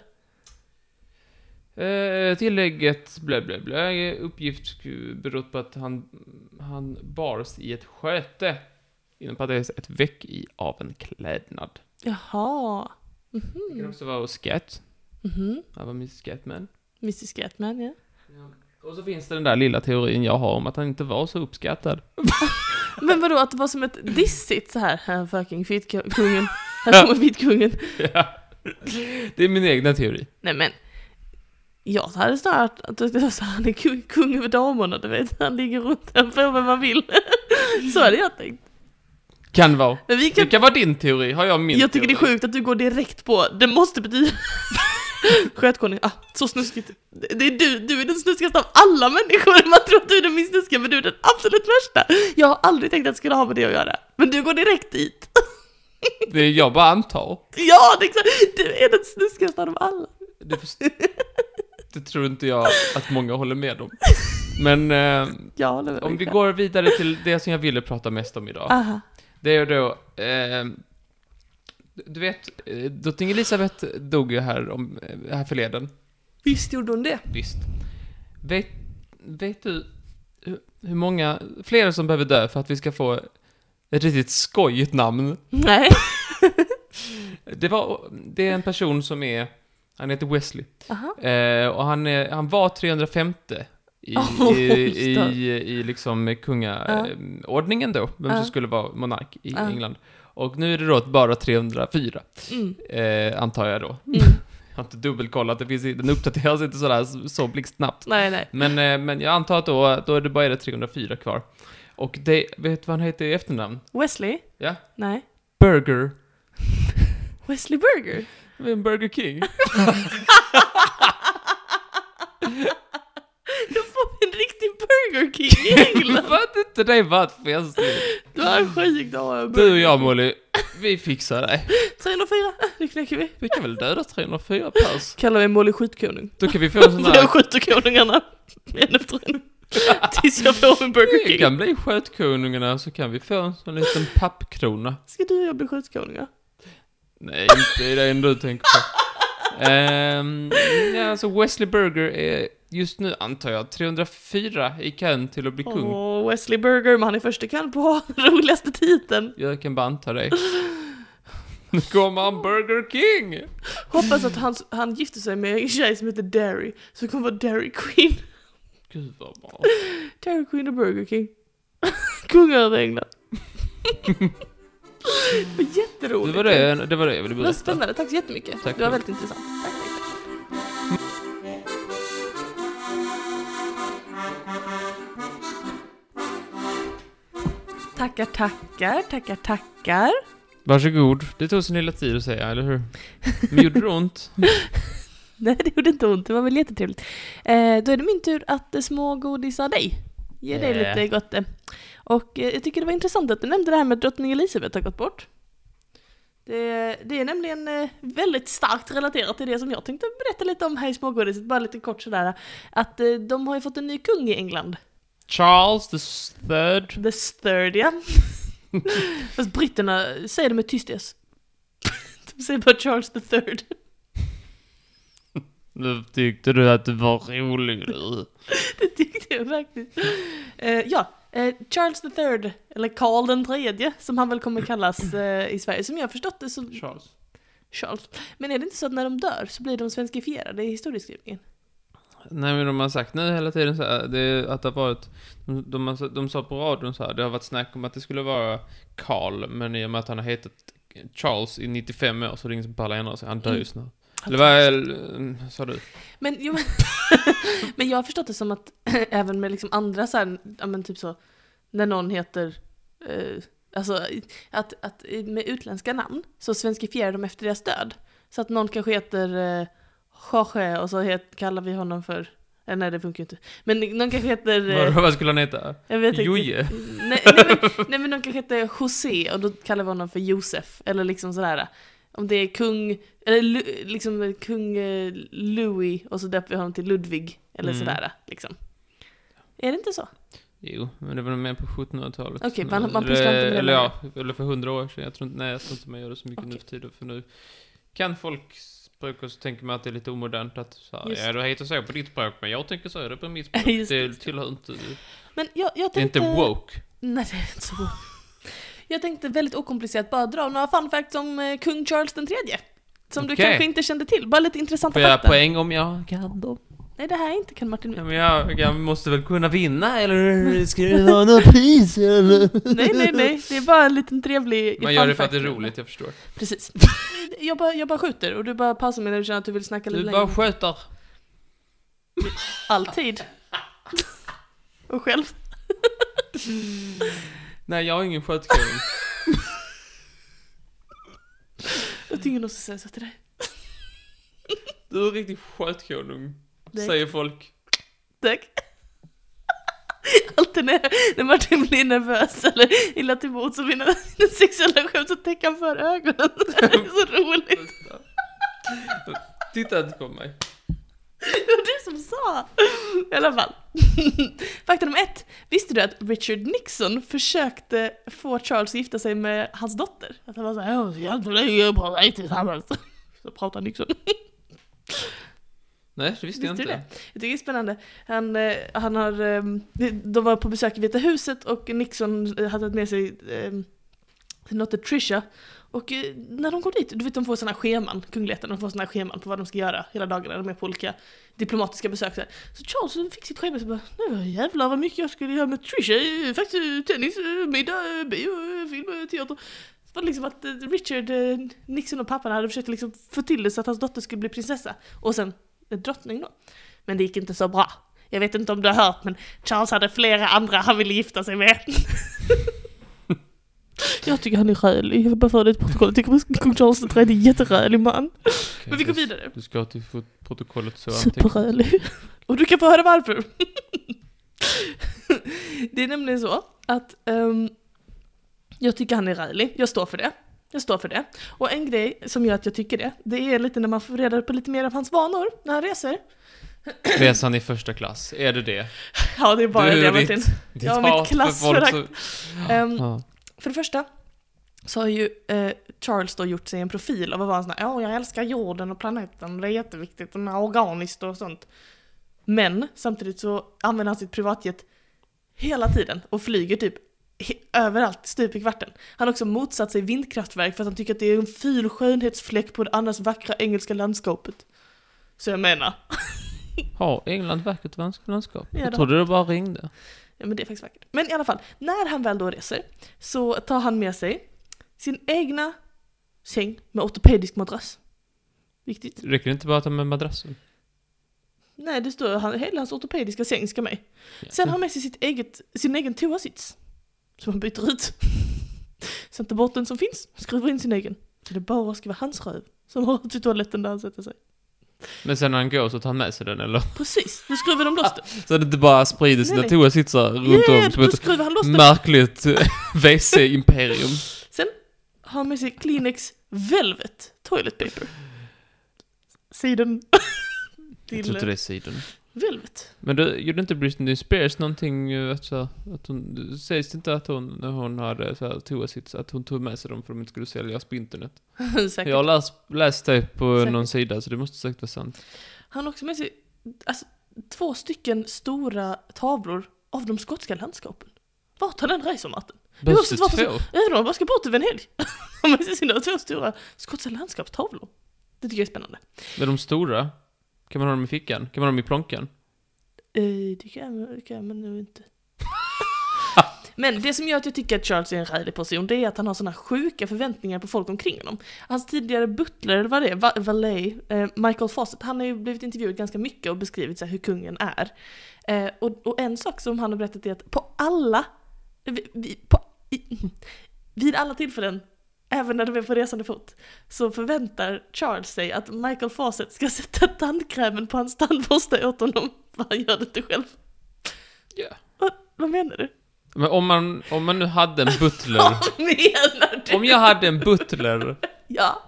Eh, tillägget blä blä blä uppgift berott på att han, han bars i ett sköte. Inom parentes, ett veck i av en klädnad. Jaha. Det kan också vara skatt. Mhm. Han var Mrs Scatman. Mrs Scatman, ja. Och så finns det den där lilla teorin jag har om att han inte var så uppskattad. Men vadå, att det var som ett dissigt så här, här fucking fittkungen, här kommer fittkungen. Det är min egna teori. Nej men, Jag hade snarare att det var så här, han är kung, kung över damerna, du vet. Han ligger runt och får vad man vill. Så hade jag tänkt. Kan vara. Men vi Det kan, kan vara din teori, har jag min jag tycker det är teori. sjukt att du går direkt på, det måste betyda... Skötkonung, ah, så snuskigt. Det det är du, du är den snuskigaste av alla människor. Man tror att du är den minst snuskiga, men du är den absolut värsta. Jag har aldrig tänkt att det skulle ha med det att göra. Men du går direkt dit. Det är jag bara antar. Ja, det är exakt. Du är den snuskigaste av dem alla. Det, först- det tror inte jag att många håller med om. Men eh, Jag håller med om dig vi själv. går vidare till det som jag ville prata mest om idag. Aha. Det är då, eh, du vet, eh, drottning Elisabeth dog ju här, om, eh, här förleden. Visst gjorde hon det? Visst. Vet, vet du hur- hur många fler som behöver dö för att vi ska få ett riktigt skojigt namn? Nej. Det, var, det är en person som är, han heter Wesley. Aha. Eh, och han, är, han var 305 i, Oh, i, i, stör. i, liksom Ja. kungaordningen då, vem Ja. som skulle vara monark i Ja. England. Och nu är det då bara 304, Mm. eh, antar jag då. Jag har inte dubbelkollat, det finns, i- den uppdateras inte sådär så- så blixtsnabbt. Nej, nej. Men, eh, men jag antar att då, då är det bara 304 kvar. Och det, vet du vad han heter i efternamn? Wesley? Ja? Nej. Burger. Wesley Burger? Det är en Burger King. Jag får en riktig Burger King i England! Fattar inte det var ett festligt? Du är sjuk dag. Du och jag Molly, vi fixar det. 304, det knäcker vi. Vi kan väl döda 304 pers? Kallar vi Molly skjutkonung. Då kan vi få en sån För jag där... skjuter konungarna en efter en. Tills jag får en Burger Vi King. kan bli skötkonungarna så kan vi få en sån liten pappkrona. Ska du och jag bli skjutkonungar? Nej, inte det enda du tänker på. Ehm, ja, alltså Wesley Burger är just nu, antar jag, 304 i kön till att bli kung. Åh, Wesley Burger, men han är första kan på roligaste titeln. Jag kan bara anta det. Nu kommer han Burger King! Hoppas att han, han gifter sig med en tjej som heter Derry, så det kommer vara Derry Queen. Gud vad bra. Dairy Queen och Burger King. Kungar över England. det var Det jätteroligt. var det, det var det jag ville Vad berätta. spännande. Tack så jättemycket. Tack det var själv. väldigt intressant. Tack, tack, tack. Tackar, tackar, tackar, tackar. Varsågod. Det tog sin lilla tid att säga, eller hur? Men gjorde det ont? Nej, det gjorde inte ont. Det var väl jättetrevligt. Eh, då är det min tur att eh, smågodisa dig. Ge dig Yeah. lite gott. eh. Och eh, jag tycker det var intressant att du nämnde det här med att drottning Elisabeth har gått bort. Det, det är nämligen eh, väldigt starkt relaterat till det som jag tänkte berätta lite om här i smågodiset, bara lite kort sådär. Att eh, de har ju fått en ny kung i England. Charles the third. The third, ja. Fast britterna säger det med tyst S. De säger bara Charles the third. Nu tyckte du att det var rolig du. Det tyckte jag faktiskt. Eh, ja, eh, Charles the third, eller Karl den tredje, som han väl kommer kallas eh, i Sverige. Som jag har förstått det så... Charles. Charles. Men är det inte så att när de dör så blir de svenskifierade i historieskrivningen? Nej men de har sagt nu hela tiden så här, det är att det har varit, de, de, har- de sa på radion så här, det har varit snack om att det skulle vara Karl, men i och med att han har hetat Charles i 95 år så är det ingen som pallar ändra sig, han dör ju Mm. snart. Eller vad är- sa du? Men, jo, men, men jag har förstått det som att även med liksom andra så här, ja men typ så, när någon heter, eh, alltså att, att med utländska namn så svenskifierar de efter deras död. Så att någon kanske heter eh, Jorge och så het, kallar vi honom för, eh, nej det funkar ju inte. Men någon kanske heter, eh, Vad, vad skulle han heta? jag vet inte. Joje? Nej, nej, men, nej men någon kanske heter José och då kallar vi honom för Josef eller liksom sådär. Om det är kung, eller Lu- liksom kung eh, Louis och så döper vi honom till Ludvig eller Mm. sådär liksom. Är det inte så? Jo, men det var nog mer på 1700-talet. Okej, man- man Eller- pysslar inte med det Eller ja, eller för 100 år sedan. Jag tror inte, nej, jag tror inte man gör det så mycket nu Okej. för tiden. För nu kan folk språk och så tänker man att det är lite omodernt att så här, Just ja, du heter så på ditt språk, men jag tänker så är det på mitt språk. Just det, det just det. tillhör inte... Men jag, jag Det är tänkte... inte woke. Nej, det är inte så. Jag tänkte väldigt okomplicerat bara dra några fun facts om eh, kung Charles den tredje. Som du Okej. kanske inte kände till, bara lite intressanta Får jag fakta. poäng om jag kan Mm. dem? Nej, det här är inte kan Martin Ja, Mjölk. men jag, jag måste väl kunna vinna, eller ska du ha något pris, eller? Nej, nej, nej, det är bara en liten trevlig Man fun gör det för att fact. det är roligt, jag förstår. Precis. Jag bara, jag bara skjuter och du bara pausar mig när du känner att du vill snacka lite Du längre. bara sköter. Alltid. Och själv? Nej, jag har ingen skötkräm. Jag tycker nog ska säga så till dig. Du är en riktig skötkonung, Nej. säger folk. Tack. Alltid när, när Martin blir nervös eller illa till mods och mina mina sexuella skämt så täcker han för ögonen. Det är så roligt. Titta inte på mig. Det var du som sa! I alla fall. Fakta nummer ett. Visste du att Richard Nixon försökte få Charles att gifta sig med hans dotter? Att han var såhär “Åh, så jävla länge pratar inte tillsammans”. Så pratar Nixon. Nej, det visste jag Visste du inte. Jag tycker det är spännande. Han, eh, han har, eh, de var på besök i Vita huset och Nixon eh, hade tagit med sig eh, något till Trisha. Och eh, när de går dit, du vet de får sådana scheman, kungligheterna, de får sådana scheman på vad de ska göra hela dagarna, de är på olika diplomatiska besök. Så, här. så Charles han fick sitt schema och så bara, nu jävlar vad mycket jag skulle göra med Trisha, eh, faktiskt eh, tennis, eh, middag, eh, bio, eh, film, eh, teater. Så var det liksom att eh, Richard, eh, Nixon och pappan hade försökt liksom få till det så att hans dotter skulle bli prinsessa. Och sen eh, drottning då. Men det gick inte så bra. Jag vet inte om du har hört, men Charles hade flera andra han ville gifta sig med. jag tycker han är rölig. Jag vill bara föra det till protokollet. Jag tycker att kung Charles III är en jätterölig man. Men vi går vidare. Du ska till fot- protokollet så antecknat. Superrölig. Och du kan få höra varför. det är nämligen så att ehm, jag tycker han är rölig. Jag står för det. Jag står för det. Och en grej som gör att jag tycker det, det är lite när man får reda på lite mer av hans vanor när han reser. Resan i första klass, är det det? Ja, det är bara Du det, och ditt- Martin. Ditt Ja, mitt hat för klassförakt. folk Ehm, som- För det första så har ju eh, Charles då gjort sig en profil av att vara en sån här, ja jag älskar jorden och planeten, det är jätteviktigt, och organiskt och sånt. Men samtidigt så använder han sitt privatjet hela tiden och flyger typ he- överallt stup i kvarten. Han har också motsatt sig vindkraftverk för att han tycker att det är en ful skönhetsfläck på det annars vackra engelska landskapet. Så jag menar, Ja. Har England vackert landskap? Ja, jag det trodde det bara ringde. Ja men det är faktiskt vackert. Men i alla fall, när han väl då reser så tar han med sig sin egna säng med ortopedisk madrass. Viktigt. Räcker det inte bara att ta med madrassen? Nej, det står han, hela hans ortopediska säng ska med. Ja. Sen har han med sig sitt eget, sin egen toasits. Som han byter ut. Sätter bort den som finns, skruvar in sin egen. Så det bara ska vara hans röv som har till toaletten där han sätter sig. Men sen när han går så tar han med sig den eller? Precis, nu skruvar de loss den. Så att det inte bara sprider sina Nej, nej. toasitsar runt Ja, ja, Ah, om som då ett skruvar han loss den. märkligt eh, WC-imperium. Sen har han med sig Kleenex Velvet Toilet Paper. Sidan Jag till tror inte eh, det är sidan. Velvet. Men du, gjorde inte Britney Spears någonting, eh, att, så, här, att hon, det sägs inte att hon, när hon hade så här, toasits, att hon tog med sig dem för att de inte skulle säljas på internet? Säkert. Jag har läst, läst det på Säkert. någon sida, så det måste säkert vara sant. Han har också med sig alltså, två stycken stora tavlor av de skotska landskapen. Vart han än reser Martin. Behövs det måste vara två? Även om han bara ska bort över en helg. Han har med sig sina två stora skotska landskapstavlor. Det tycker jag är spännande. Med de stora? Kan man ha dem i fickan? Kan man ha dem i plånkan? Eh, det kan jag, det kan jag men nu inte. Men det som gör att jag tycker att Charles är en rälig person, det är att han har såna sjuka förväntningar på folk omkring honom. Hans tidigare butler, eller vad det är, va- valet, eh, Michael Fawcett, han har ju blivit intervjuad ganska mycket och beskrivit så här, hur kungen är. Eh, och, och en sak som han har berättat är att på alla, vi, vi, på, i, vid alla tillfällen, även när de är på resande fot, så förväntar Charles sig att Michael Fawcett ska sätta tandkrämen på hans tandborste åt honom, för han gör det inte själv. Ja. Vad, vad menar du? Men om man, om man nu hade en butler. Vad menar du? om jag hade en butler, Ja.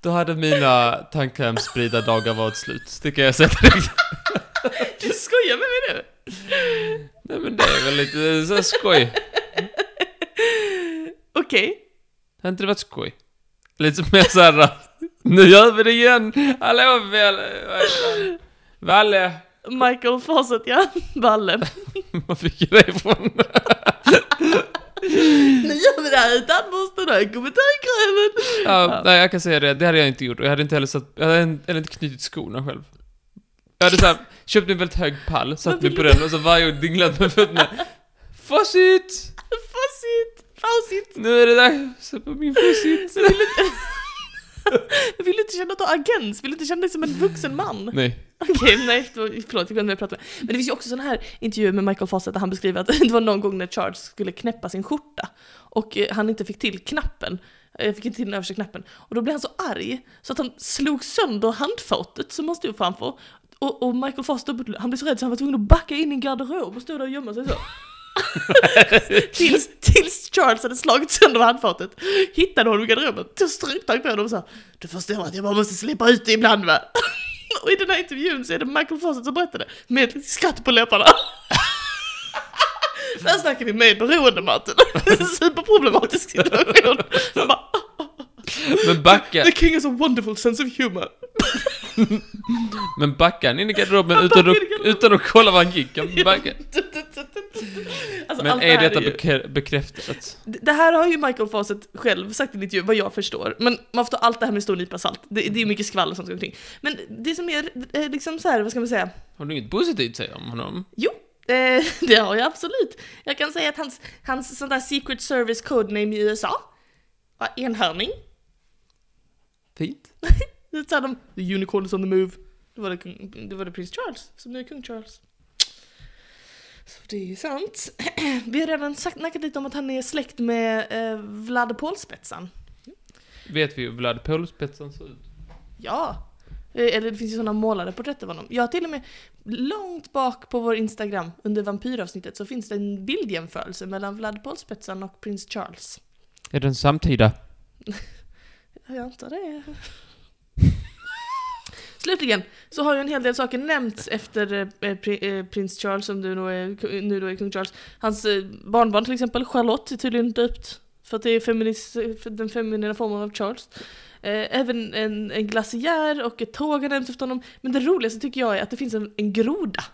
då hade mina tandkrämsspridardagar varit slut. Det kan jag säga direkt. Du skojar med mig nu? Nej men det är väl lite så här skoj. Okej. Har inte det varit skoj? Lite mer såhär, nu gör vi det igen! Hallå Valle! Valle! Michael Fawcett, ja. Balle. Var fick jag det ifrån? Nu gör vi det här utan borsten och jag kommer tandkrämen. Ja, nej jag kan säga det, det hade jag inte gjort och jag hade inte heller satt, jag hade inte, jag hade inte knutit skorna själv. Jag hade såhär, köpt en väldigt hög pall, satt Vad mig vill på du- den och så varje gång dinglat med fötterna. Fossit! Fawcett. Fawcett. Nu är det dags på min fossit. Jag vill inte känna att du har agens, vill inte känna dig som en vuxen man. Nej. Okej, nej, det var- förlåt jag glömde vad jag pratade med. Men det finns ju också sådana här intervjuer med Michael Fawcett där han beskriver att det var någon gång när Charles skulle knäppa sin skjorta och eh, han inte fick till knappen. Eh, Jag fick inte till den översta knappen. Och då blev han så arg så att han slog sönder handfatet som han stod framför. Och, och Michael Fawcett, då- han blev så rädd så han var tvungen att backa in i en garderob och stå där och gömma sig så. tills, tills Charles hade slagit sönder handfatet, hittade honom i garderoben, tog stryptag på honom och sa Du förstår att jag bara måste slippa ut det ibland va? Och i den här intervjun så är det Michael Fawcett som berättade med ett litet skratt på läpparna. Där snackar vi med beroende Martin. Det är en superproblematisk situation. Man bara, "Ah, Men backa, The king has a wonderful sense of humor. men backa han in i garderoben utan att, utan att kolla var han gick. Han backade. Alltså, Men allt är här detta ju- bekre- bekräftat? Det här har ju Michael Fawcett själv sagt i en intervju, vad jag förstår. Men man får ta allt det här med en stor nypa salt. Det, det är mycket skvaller och sånt omkring. Men det som är eh, liksom så här, vad ska man säga? Har du inget positivt att säga om honom? Jo, eh, det har jag absolut. Jag kan säga att hans, hans sån där Secret Service codename i USA var enhörning. Fint. Det sa de, the unicorn is on the move. Det var det, kung- det var det prins Charles, som nu är kung Charles. Så det är ju sant. Vi har redan sagt, snackat lite om att han är släkt med eh, Vlad Polspetsan. Vet vi hur Vlad Polspetsan ser ut? Ja. Eh, Eller det finns ju sådana målade porträtt av honom. Jag har till och med långt bak på vår Instagram under vampyravsnittet så finns det en bildjämförelse mellan Vlad Polspetsan och prins Charles. Är den samtida? Jag antar det. Slutligen så har ju en hel del saker nämnts efter eh, pri- eh, prins Charles som du nog är, nu då är kung Charles. Hans eh, barnbarn till exempel, Charlotte, är tydligen döpt för att det är feminis, för den feminina formen av Charles. Eh, Även en, en glaciär och ett tåg har nämnts efter honom. Men det roligaste tycker jag är att det finns en, en groda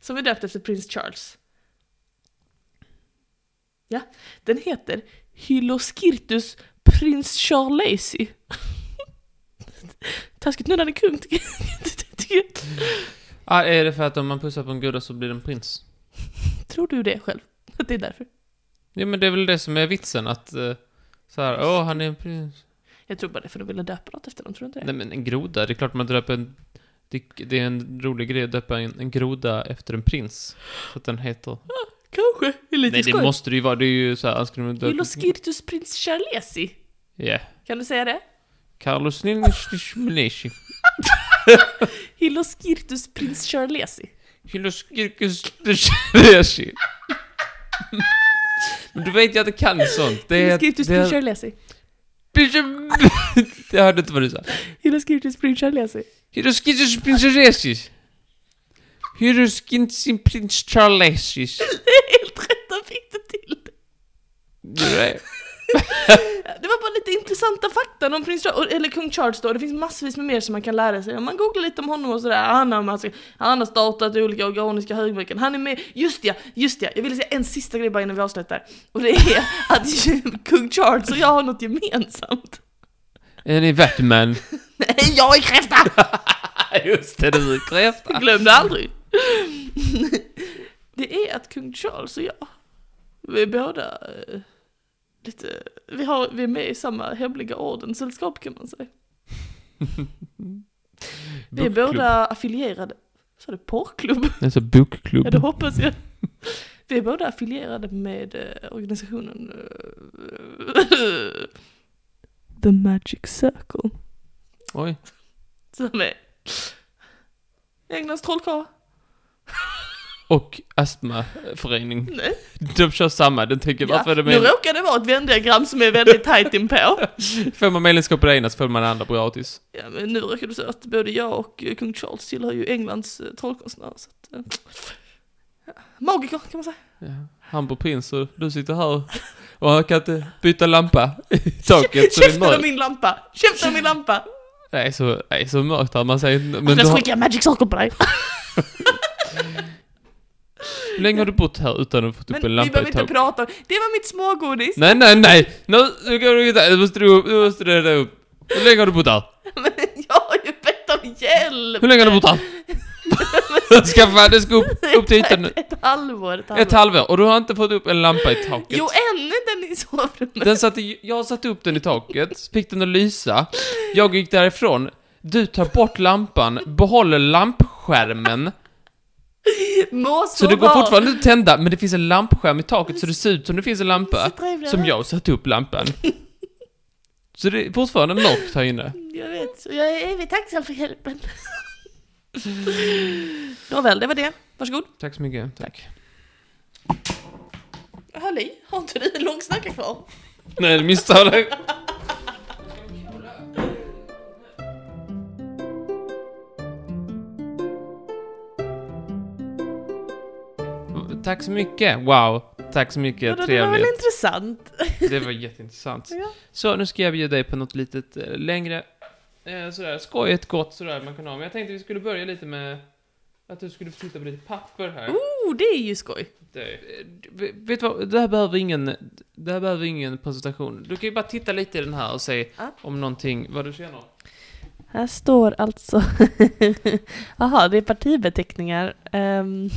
som är döpt efter prins Charles. Ja, den heter Hyloskirtus prins Charlacy. Taskigt nu när han är kung, tycker jag. Tycker jag. Ah, är det för att om man pussar på en gudda så blir den prins? Tror du det själv? Att det är därför? Ja, men det är väl det som är vitsen att eh, så här, åh, han är en prins. Jag tror bara det är för att de ville döpa något efter dem, tror du inte det? Nej, men en groda, det är klart man döper en... Det, det är en rolig grej att döpa en, en groda efter en prins. Så att den heter... Kanske, det är lite Nej, det skoj. måste det ju vara. Det är ju så här, han skulle döpa... Hyloskirtus prins Charlacy. Ja. Kan du säga det? Carlos Nilsson Hyloskirtus prins Charlacy. Hyloskirkus Men du vet jag inte kan sånt. Det är... Hyloskirtus prins Det, Charlacy. är- det hörde inte vad du sa. Hyloskirtus prins Charlacy. Hyroskitsis prinsessis. Hyroskitsin prins Charlesis. Det är helt rätt, han fick det till. Det var bara lite intressanta fakta om prins Charles, eller kung Charles då, det finns massvis med mer som man kan lära sig. Om man googlar lite om honom och sådär, han har, massa, han har startat olika organiska högmärken, han är med, just ja, just ja, jag ville säga en sista grej bara innan vi avslutar. Och det är att kung Charles och jag har något gemensamt. Är ni Batman? Nej, jag är kräfta! Just det, du är kräfta. Glöm det aldrig. Det är att kung Charles och jag, vi är båda eh, lite, vi, har, vi är med i samma hemliga ordenssällskap kan man säga. Vi är båda affilierade. Så är det porrklubb? Ja, Alltså det bokklubb. hoppas jag. Vi är båda affilierade med eh, organisationen eh, The Magic Circle. Oj. Som är Englands trollkarl. Och astmaförening. Nej. De kör samma. Den tänker varför är det nu med? råkar det vara ett vändiagram som är väldigt tajt inpå. Får man medlemskap på det ena så får man det andra gratis. Ja, men nu råkar det så att både jag och eh, kung Charles tillhör ju Englands eh, trollkonstnärer. Så att, eh, ja, magiker kan man säga. Ja. Han blir prins och du sitter här och han kan inte byta lampa i taket så det är Käften om mörkt. min lampa! Käften om min lampa! Det är så, det är så mörkt här. Man säger men Men du Annars skickar har, Typ Alltså, jag magic circle på dig. Hur länge har du bott här utan att få upp en Men vi lampa behöver i inte taket? prata om- Det var mitt smågodis. Nej, nej, nej! Nu, nu går du inte... Du måste du upp, du måste reda upp. Hur länge har du bott här? Men jag har ju bett om hjälp! Hur länge har du bott här? Skaffa, det ska upp, upp till ytan nu. Ett halvår. Ett halvår. Ett halvår, och du har inte fått upp en lampa i taket. Jo, ännu den i sovrummet. Den satte, jag satte upp den i taket, fick den att lysa, jag gick därifrån, du tar bort lampan, behåller lampskyddet lampskärmen. Må Så det går fortfarande inte att tända, men det finns en lampskärm i taket så det ser ut som det finns en lampa. Så trevligt. Som jag satte upp lampan. Så det är fortfarande mörkt här inne. Jag vet, jag är evigt tacksam för hjälpen. Nåväl, det var det. Varsågod. Tack så mycket. Tack. Håll i, har inte du en långsnackare kvar? Nej, det missade jag. Tack så mycket. Wow. Tack så mycket. Vadå, Det var väl Trevligt. intressant? Det var jätteintressant. Ja. Så nu ska jag bjuda dig på något litet eh, längre, eh, sådär skojigt, gott sådär man kan ha. Men jag tänkte vi skulle börja lite med att du skulle titta på lite papper här. Oh, det är ju skoj. Det, Eh, vet du vad, det här behöver ingen, det här behöver ingen presentation. Du kan ju bara titta lite i den här och se Ja. om någonting, vad du känner. Här står alltså... Jaha, det är partibeteckningar. Ehm,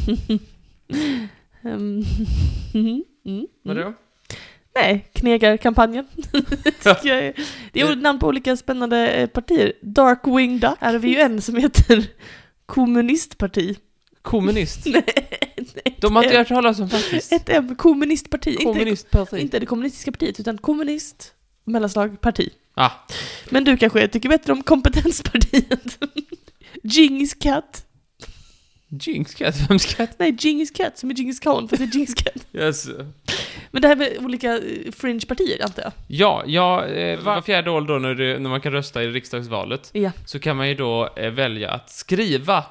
ehm, mm, mm. Vadå? Nej, knegarkampanjen. Tycker jag är- det är namn på olika spännande eh, partier. Dark Wing Duck. Här har vi ju en som heter Kommunistparti. Kommunist. Nej, De har inte det- hört talas om faktiskt. Ett M, Kommunistparti. Inte, Kommunistparti. inte det kommunistiska partiet, utan kommunist, mellanslag, parti. Ah, Men du kanske tycker bättre om kompetenspartiet? Djingis katt. Jinx katt, vems katt? Nej, Djingis katt som är Djingis khan, fast det är Djingis katt. Yes. Men det här med olika eh, fringe-partier, antar jag. Ja, ja, eh, var fjärde år då när, det, när man kan rösta i riksdagsvalet Ja. så kan man ju då eh, välja att skriva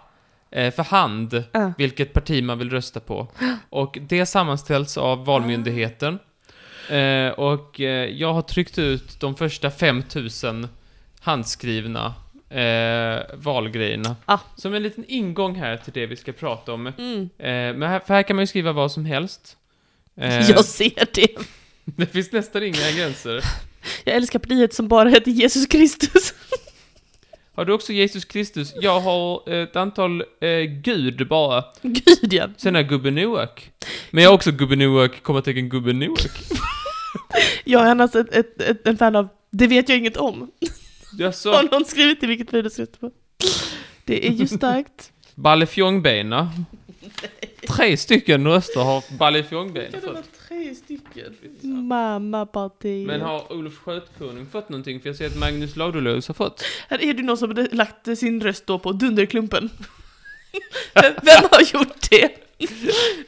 eh, för hand Ja. vilket parti man vill rösta på. Och det sammanställs av Valmyndigheten. Eh, och eh, jag har tryckt ut de första 5000 handskrivna eh, valgrejerna. Ah. Som en liten ingång här till det vi ska prata om. Eh, Mm. men här, för här kan man ju skriva vad som helst. Eh, Jag ser det. Det finns nästan inga gränser. Jag älskar partiet som bara heter Jesus Kristus. Har du också Jesus Kristus? Jag har ett antal eh, Gud bara. Gud ja. Sen har jag gubben Noak. Men jag har också gubben Noak, kommatecken gubben Noak. Jag är annars ett, ett, ett, en fan av Det vet jag inget om. Har Jaså? någon skrivit i vilket virus jag på? Det är ju starkt. Ballefjongbena. Tre stycken röster har Ballefjongbena fått. tre stycken? Mamma parti. Men har Olof Skötkonung fått någonting? För jag ser att Magnus Ladulås har fått. Här är det någon som har lagt sin röst då på Dunderklumpen. Vem vem har gjort det?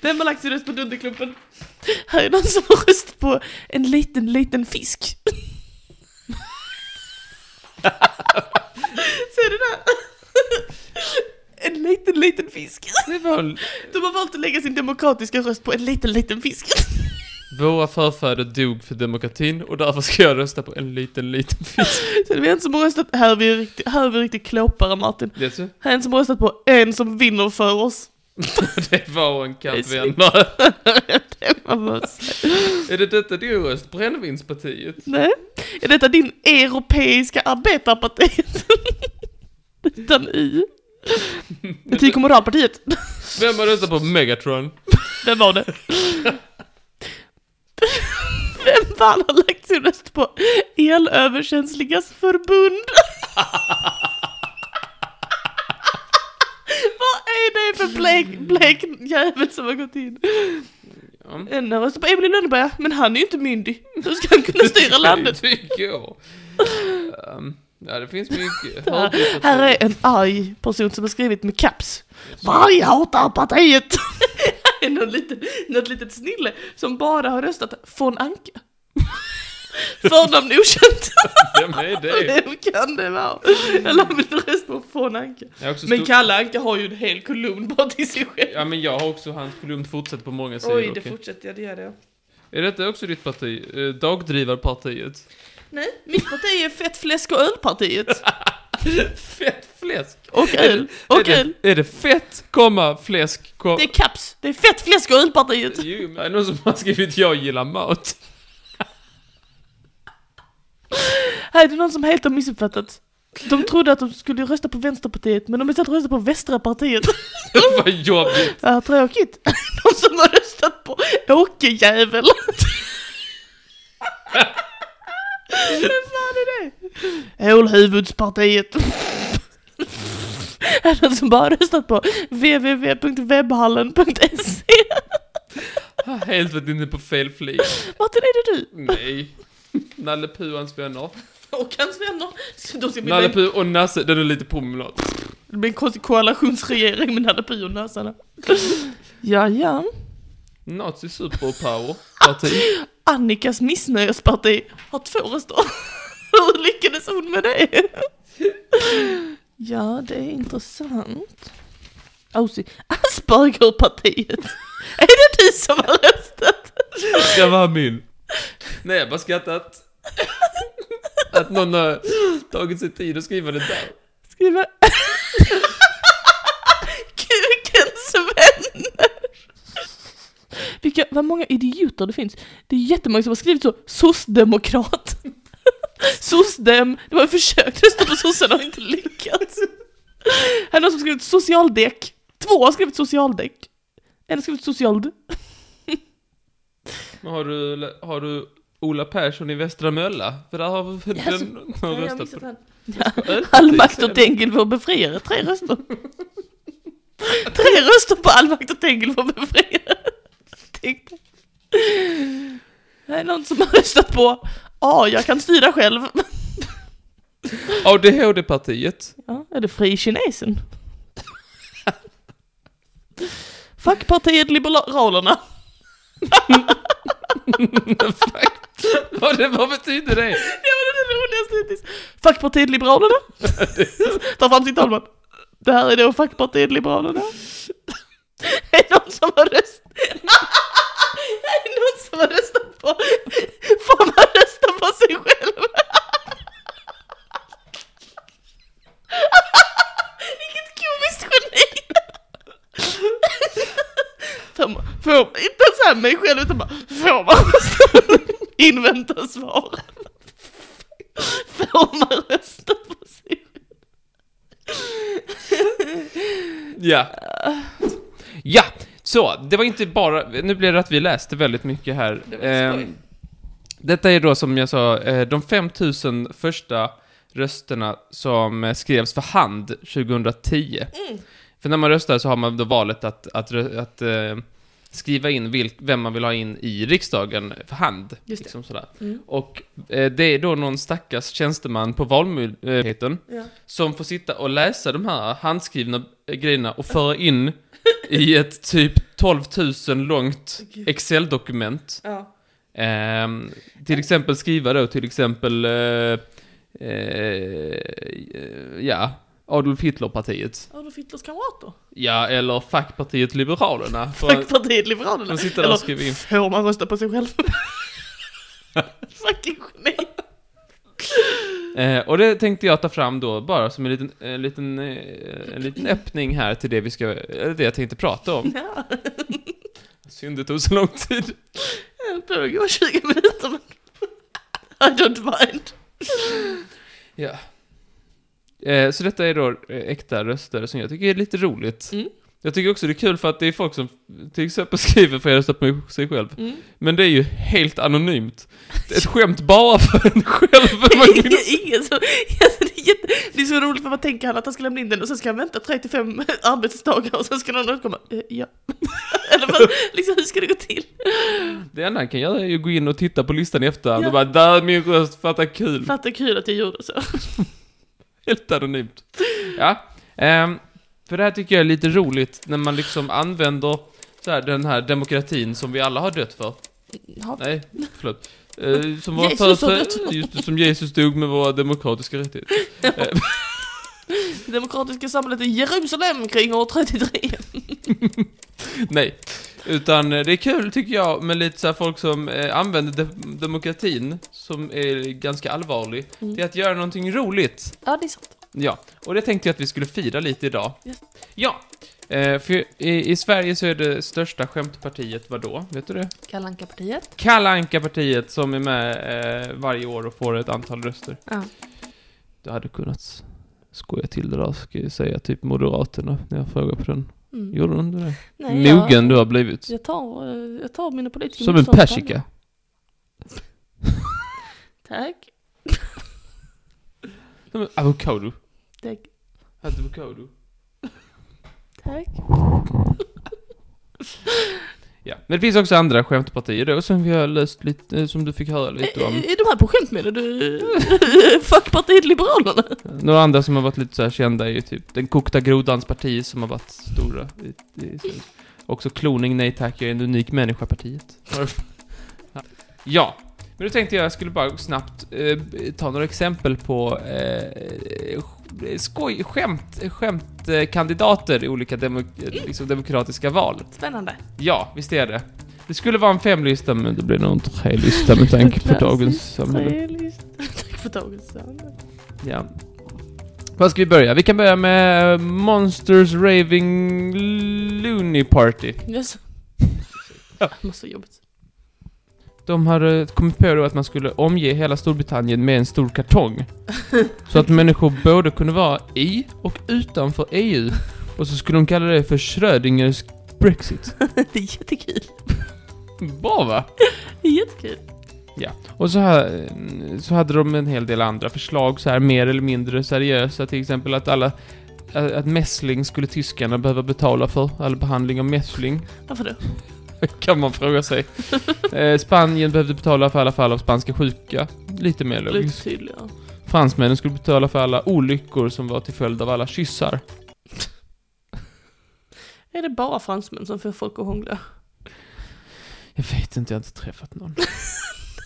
Vem har lagt sin röst på Dunderklumpen? Här är någon som har röst på en liten, liten fisk. Ser du det? En liten, liten fisk. Det var... De har valt att lägga sin demokratiska röst på en liten, liten fisk. Våra förfäder dog för demokratin och därför ska jag rösta på en liten, liten fisk. Sen är det en som har röstat, här är vi riktigt, här är vi riktigt klåpare Martin. Jaså? Här är en som har röstat på en som vinner för oss. Det var en Det är katt snyggt. vänner. Det var bara så- Är det detta din röst? Brännvinspartiet? Nej. Är detta din europeiska arbetarpartiet? Utan i. Det tycker moralpartiet. Vem har röstat på Megatron? Det var det. Vem fan har lagt sin röst på Elöverkänsligas förbund? Vad är det för blek, blek jävel som har gått in? Ja. En har röstat på Emil i Lönneberga, men han är ju inte myndig. Hur ska han kunna styra landet? Det tycker jag. Ehm, ja, det finns mycket. Har du Här, fått- här är en arg person som har skrivit med caps. Varg hatar partiet! Här är någon liten, något litet snille som bara har röstat von Anka. Förnamn okänt. Vem är det? Vem kan det vara? Jag la min röst på von Anka. Jag har också Men stor- Kalle Anka har ju en hel kolumn bara till sig själv. Ja, men jag har också hans kolumn fortsätter på många sidor. Oj, det okej? fortsätter jag, det gör det. Är detta också ditt parti? Eh, Dagdrivarpartiet? Nej, mitt parti är fett fläsk och ölpartiet. Fett fläsk! Och öl, är, och öl. det, är det fett, komma, fläsk, komma... Det är caps, det är fett fläsk och ölpartiet. Jo, men det är någon som har skrivit jag gillar mat. Här är det någon som helt har missuppfattat. De trodde att de skulle rösta på Vänsterpartiet, men de har istället röstat på Västra partiet. Mm. Vad jobbigt! Ja, tråkigt. De som har röstat på Åke-jävel. Vem fan är det? Ålhuvudspartiet. är den som bara röstat på www.webbhallen.se. Helt för att det inte är på fel flik. Martin, är det du? Nej. Nalle Puh och hans vänner. Och hans vänner. Så då ska vi Nalle bilda en- Puh och Nasse, den är lite promenad. det blir en konstig koalitionsregering med Nalle Puh och nösarna. ja, ja. Nazi superpower parti. Annikas missnöjesparti har två röster. Hur lyckades hon med det? ja, det är intressant. Aussie. Aspergerpartiet. är det du som har röstat? Ska vara min. Nej, jag har bara skrattat. Att någon har tagit sig tid att skriva det där. Skriva... Kukens vänner. Vilka, vad många idioter det finns. Det är jättemånga som har skrivit så, sossdemokrat. Sossdem, det var ett försök rösta på sossarna och inte lyckats. Här är någon som har skrivit socialdäck. Två har skrivit socialdäck. En har skrivit sociald. Men har du, har du Ola Persson i Västra Mölla? För där har vi Ja, så- den har röstat på. Ja, all makt åt Tengil vår befriare, tre röster. tre röster på all makt åt Tengil vår befriare. Tänk dig. Det är någon som har röstat på Ja, jag kan styra själv. ADHD-partiet. Ja, är det fri kinesen? Fackpartiet Liberalerna. Vad, det, vad betyder det? Det var det roligaste hittills. Fackpartiet Liberalerna. Ta fram sin talman. Det här är då Fackpartiet Liberalerna. Är det någon som har röstat... Är det någon som har röstat på... Får man rösta på sig själv? Vilket komiskt geni! Får man- Får man, inte ens här mig själv utan bara, får man rösta? Invänta svar. Får man rösta Ehm, på sig Ja. Ja, så. Det var inte bara... Nu blev det att vi läste väldigt mycket här. Det var skoj. Ehm, detta är då som jag sa, eh, de 5000 första rösterna som eh, skrevs för hand 2010. Mm. För när man röstar så har man då valet att, att, rö- att eh, skriva in vilk, vem man vill ha in i riksdagen för hand. Just det. Liksom sådär. Mm. Och eh, det är då någon stackars tjänsteman på Valmyndigheten Ja. som får sitta och läsa de här handskrivna eh, grejerna och föra in i ett typ 12 000 långt Gud. Excel-dokument. Ja. Ehm, till exempel skriva då till exempel eh, eh, ja, Adolf Hitler-partiet. Adolf Hitlers kamrater. Ja, eller fackpartiet Liberalerna. För- Fackpartiet Liberalerna. De sitter där och skriver in. får man rösta på sig själv? Fucking geni. Eh, och det tänkte jag ta fram då bara som en liten, en liten, eh, en liten öppning här till det vi ska, eller det jag tänkte prata om. Ja, Synd det tog så lång tid. det behöver gå 20 minuter men... I don't mind. Ja. Eh, så detta är då eh, äkta röster som jag tycker är lite roligt. Mm. Jag tycker också det är kul för att det är folk som till exempel skriver för att rösta på sig själv. Mm. Men det är ju helt anonymt. Ett skämt bara för en själv. Man minns- Ingen som, alltså, det, är jätte, det är så roligt för man tänker han att han ska lämna in den och sen ska han vänta 35 arbetsdagar och sen ska någon annan komma. "Eh, ja. Eller vad, liksom hur ska det gå till? det enda han kan göra är ju att gå in och titta på listan i efterhand Ja. och bara där är min röst, fatta kul. Fattar kul att jag gjorde så. Helt anonymt. Ja. ehm, för det här tycker jag är lite roligt när man liksom använder så här, den här demokratin som vi alla har dött för. Ja, Nej, förlåt. Eh, som våra Jesus har dött förfäder, för. just det, som Jesus dog med våra demokratiska rättigheter. det demokratiska samhället i Jerusalem kring år 33. Nej, utan eh, det är kul tycker jag med lite så här folk som eh, använder de- demokratin, som är ganska allvarlig, Mm. till att göra någonting roligt. Ja, det är sant. Ja, och det tänkte jag att vi skulle fira lite idag. Yes. Ja, eh, för i, i Sverige så är det största skämtpartiet vad då? Vet du det? Kalle partiet Kalle Anka-partiet som är med eh, varje år och får ett antal röster. Ja. Du hade kunnat skoja till det där, ska jag säga, typ Moderaterna, när jag frågar på den. Mm. Gjorde du inte det? Nej, Mogen jag, du har blivit. jag, tar, eh, jag tar mina politiker Som en motståndare. persika. Tack. Som en avokado. Tack. Avokado. Tack. Ja. Men det finns också andra skämtpartier då som vi har löst lite, eh, som du fick höra lite om. Är de här på skämt menar du? Fuck partiet Liberalerna? Några andra som har varit lite så här kända är ju typ den kokta grodans parti som har varit stora. I, i, Sverige. också kloning, nej tack, jag är en unik människa-partiet. ja, men då tänkte jag jag skulle bara snabbt eh, ta några exempel på eh, skoj, skämt, skämtkandidater i olika demo, liksom demokratiska val. Spännande. Ja, visst är det. Det skulle vara en femlista, men det blir nog en trelista med tanke på dagens samhälle. Trevligt. Tack för dagens samtal. Ja. Vad ska vi börja? Vi kan börja med Monsters Raving Looney Party. Yes. Måste vara jobbigt. De hade kommit på då att man skulle omge hela Storbritannien med en stor kartong. Så att människor både kunde vara i och utanför EU. Och så skulle de kalla det för Schrödingers Brexit. Det är jättekul. Bra va? Det är jättekul. Och så, här, eh, så hade de en hel del andra förslag, så här mer eller mindre seriösa, till exempel att alla att att mässling skulle tyskarna behöva betala för, all behandling av mässling. Varför då? kan man fråga sig. Eh, Spanien behövde betala för alla fall av spanska sjuka. Lite mer Lite typ. logiskt. tydligare. Fransmännen skulle betala för alla olyckor som var till följd av alla kyssar. Är det bara fransmän som får folk att hångla? Jag vet inte, jag har inte träffat någon.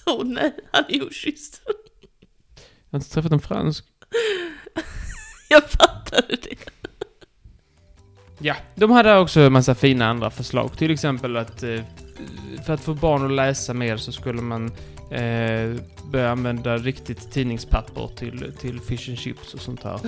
Åh oh, nej, han är oschysst. Jag har inte träffat en fransk. Jag fattade det. Ja, de hade också en massa fina andra förslag. Till exempel att eh, för att få barn att läsa mer så skulle man eh, börja använda riktigt tidningspapper till, till fish and chips och sånt här.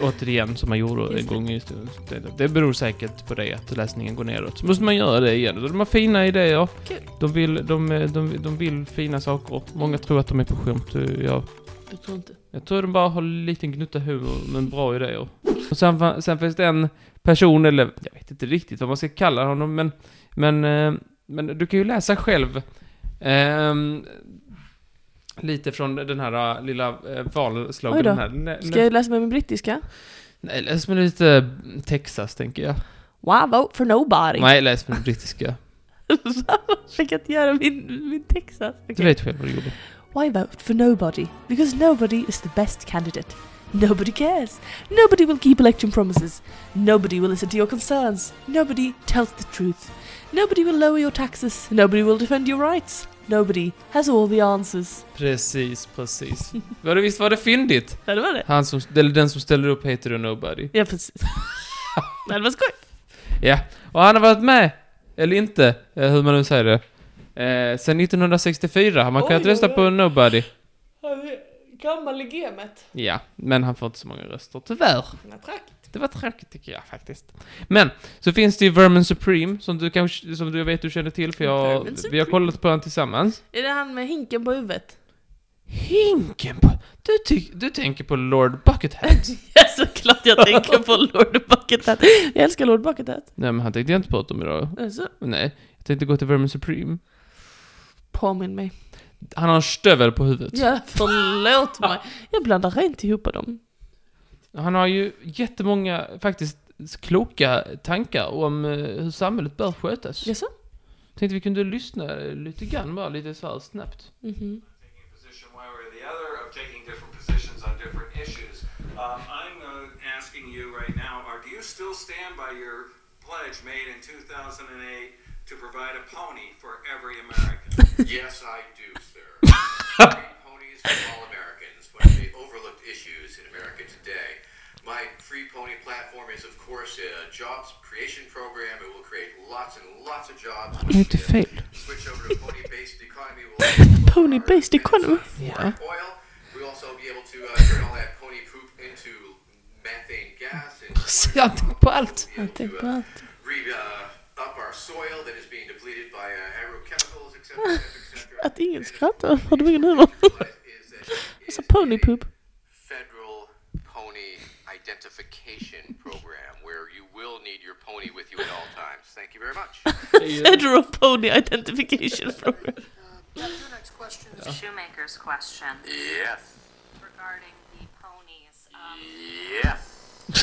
Återigen, som man gjorde en Just det. gång i historien. Så det- Det beror säkert på det, att läsningen går neråt. Så måste man göra det igen. De har fina idéer. Kul. De vill, de, eh, de, de vill fina saker. Många tror att de är på skämt. eh, Jag Du tror inte? jag tror de bara har en liten gnutta humor, men bra idéer. Och sen, fa- sen finns det en person, eller jag vet inte riktigt vad man ska kalla honom, men, men, eh, men du kan ju läsa själv. ehm, lite från den här eh, lilla eh, Oj valslagen. då. Den här. Ne- Ska ne- jag läsa med min brittiska? Nej, läs med lite mm, Texas, tänker jag. Why vote for nobody? Nej, läs med den brittiska. Jag kan inte göra min, min Texas. Du vet själv vad du gjorde. Why vote for nobody? Because nobody is the best candidate. Nobody cares. Nobody will keep election promises. Nobody will listen to your concerns. Nobody tells the truth. Nobody will lower your taxes. Nobody will defend your rights. Nobody has all the answers. Precis, precis. Var det, visst var det fyndigt? Ja, det var det. Han som, eller den som ställer upp heter då Nobody. Ja, precis. Nej, det var skoj. Ja, och han har varit med, eller inte, eh, hur man nu säger det, eh, sen 1964. Man kan Oj, inte rösta oj, på oj. Nobody. Gammal i gamet. Ja, men han får inte så många röster, tyvärr. Det var tråkigt tycker jag faktiskt. Men, så finns det ju Vermin Supreme, som du kanske, som du vet du känner till, för jag, Vermin vi har Supreme. kollat på den tillsammans. Är det han med hinken på huvudet? Hinken på... Du, ty, du tänker på Lord Buckethead? Ja, såklart jag tänker på Lord Buckethead. Jag älskar Lord Buckethead. Nej, men han tänkte jag inte prata om idag. Alltså, Nej, jag tänkte gå till Vermin Supreme. påminn mig. Han har en stövel på huvudet. Ja, förlåt mig. Jag blandar inte ihop dem. Han har ju jättemånga, faktiskt, kloka tankar om eh, hur samhället bör skötas. Jaså? Tänkte vi kunde lyssna lite grann bara, lite så här snabbt. Mhm. taking a position one way or the other, of taking different positions on different issues. Um, I'm uh, asking you right now, are, do you still stand by your pledge made in 2008 to provide a pony for every American? Yes, I do, sir. Green ponies for all Americans, one of the overlooked issues in America today. My free pony platform is, of course, a jobs creation program. It will create lots and lots of jobs. Det är inte fel. Switch over to a pony-based economy. We'll Pony-based economy. Foreign oil. We'll also be able to uh, turn all that pony poop into methane gas and Jag tänkte på allt. Jag tänker på allt. re- uh, up our soil that is being depleted by uh, agrochemicals, etc., etc., etc. Att ingen skrattar. Har du ingen humor? It's Alltså pony poop. Federal pony identification program where you will need your pony with you at all times. Thank you very much. Federal Pony Identification Program. Shoemaker's question yes. regarding the ponies. Um, Yes. is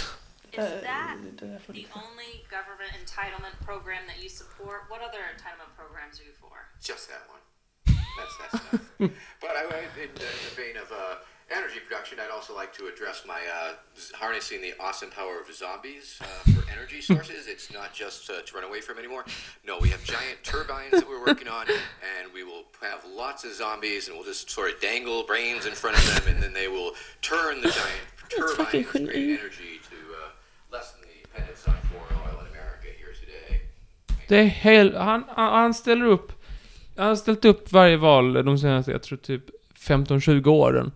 Is that det där får du the ta. only government entitlement program that you support? What other entitlement programs are you for? Just that one. That's that stuff. but I, I- in the, the vein of uh, energy production, I'd also like to address my uh, z- harnessing the awesome power of zombies uh, for energy sources. It's not just uh, to run away from anymore. No, we have giant turbines that we're working on, and we will have lots of zombies, and we'll just sort of dangle brains in front of them, and then they will turn the giant fucking turbines to creepy. create energy to uh, lessen the dependence on foreign oil in America here today. Det är hel... Han, han, han ställer upp... Han har ställt upp varje val de senaste, jag tror typ 15-20 åren.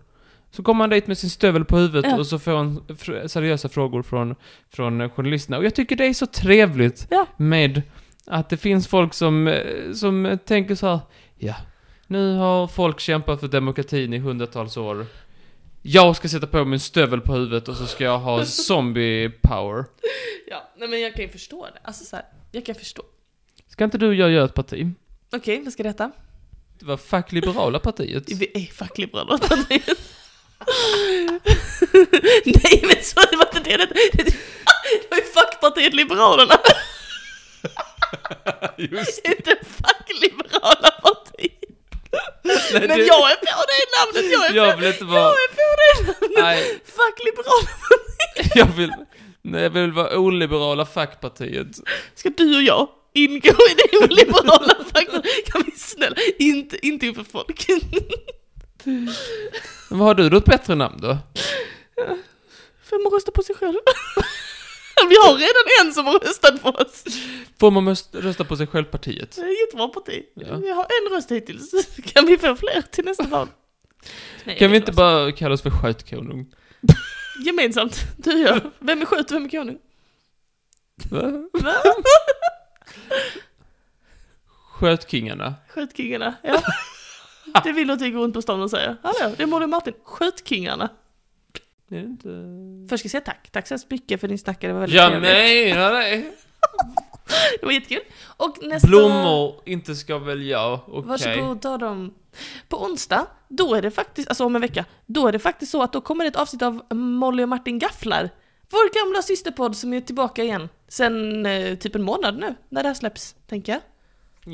Så kommer han dit med sin stövel på huvudet Ja. och så får han fr- seriösa frågor från, från eh, journalisterna. Och jag tycker det är så trevligt Ja. med att det finns folk som, eh, som tänker så här, ja, nu har folk kämpat för demokratin i hundratals år. Jag ska sätta på min stövel på huvudet och så ska jag ha zombie power. Ja, nej men jag kan ju förstå det. Alltså så här, jag kan förstå. Ska inte du och jag göra ett parti? Okej, vad ska detta? Det var Fack Liberala partiet. Vi är fuck liberala Nej men så det var inte det det, det, det var ju fuckpartiet Liberalerna. Just det. Inte fuck liberala partiet. men det- jag är på det namnet, jag är Jag på, vill inte vara- jag är på det namnet. Nej. Fuck liberala partiet. Jag vill... Nej, jag vill vara oliberala fackpartiet. Ska du och jag ingå i det liberala facket? Kan vi snälla, inte, inte inför folk. Men vad har du då ett bättre namn då? Vem har röstat på sig själv? Vi har redan en som har röstat på oss. Får man must- rösta på sig själv-partiet? Det är ett jättebra parti. Ja. Vi har en röst hittills. Kan vi få fler till nästa val? Nej, Kan vi jag inte vet bara kalla oss för skötkonung? vad. Gemensamt, du och jag. Vem är skjut och vem är konung? Va? Va? Skötkingarna. Skjutkingarna, ja. Det vill du att vi går runt på stan och säger. Hallå, det är Molly och Martin. Skjutkingarna. Är det inte... Först ska jag säga tack. Tack så hemskt mycket för din snackare. Det var väldigt Jag trevligt. menar det! Det var jättekul. Och nästa... Blommor, inte ska väl jag? Okej. Varsågod, ta dem. På onsdag, då är det faktiskt, alltså om en vecka, då är det faktiskt så att då kommer det ett avsnitt av Molly och Martin Gafflar. Vår gamla systerpodd som är tillbaka igen. Sen eh, typ en månad nu, när det här släpps, tänker jag.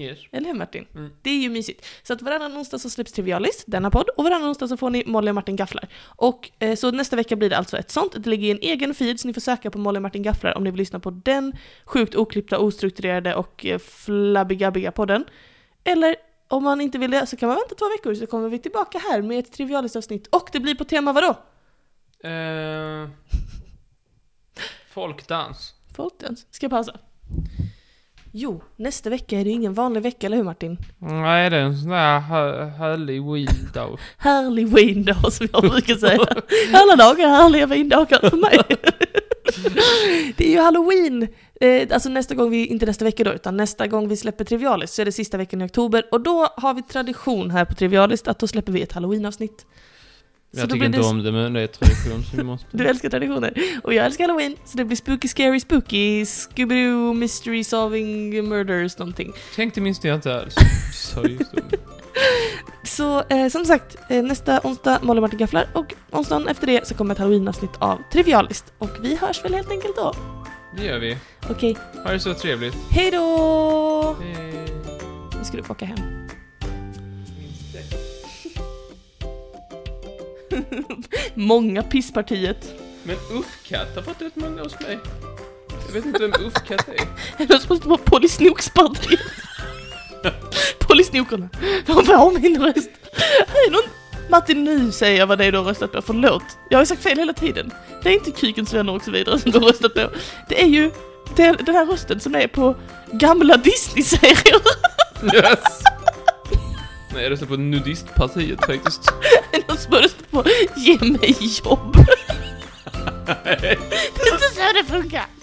Yes. Eller hur Martin? Det är ju mysigt. Så att varannan onsdag så släpps Trivialis, denna podd, och varannan onsdag så får ni Molly och Martin Gafflar. Och eh, så nästa vecka blir det alltså ett sånt. Det ligger i en egen feed, så ni får söka på Molly och Martin Gafflar om ni vill lyssna på den sjukt oklippta, ostrukturerade och eh, flabbigabbiga podden. Eller om man inte vill det så kan man vänta två veckor så kommer vi tillbaka här med ett Trivialis-avsnitt. Och det blir på tema vadå? Eh, folkdans. Folkdans. Ska jag pausa? Jo, nästa vecka är det ju ingen vanlig vecka, eller hur Martin? Nej, det är en sån där hö- härlig wheel-dag. härlig vindag som jag brukar säga. Alla dagar är härliga vindagar för mig. Det är ju halloween, eh, alltså nästa gång vi, inte nästa vecka då, utan nästa gång vi släpper Trivialis så är det sista veckan i oktober och då har vi tradition här på Trivialis att då släpper vi ett halloweenavsnitt. Så Jag då tycker blir inte det- om det, men det är tradition så vi måste... Du älskar traditioner och jag älskar halloween så det blir spooky scary spooky, Scooby-Doo mystery solving murders någonting. Tänk det minns jag inte alls. Så just det. Så eh, som sagt, eh, nästa onsdag Molly och Martin Gafflar och onsdagen efter det så kommer ett halloweenavsnitt av Trivialist och vi hörs väl helt enkelt då. Det gör vi. Okej, Ha det så trevligt. hej då! Hej. Nu ska du få åka hem. Många pisspartiet. Men Uffkatt har fått rätt många hos mig. Jag vet inte vem Uffkatt är. Eller så måste det vara Polysnokspartiet. Polysnokorna. De var min röst. Här är någon... Martin, nu säger jag vad det är du har röstat på. Förlåt. Jag har ju sagt fel hela tiden. Det är inte Kykens vänner och så vidare som du har röstat på. Det är ju den, den här rösten som är på gamla Disney-serier. Yes. Nej, jag röstar på nudistpartiet faktiskt. Någon som har röstat på Ge mig jobb. det är inte så det funkar.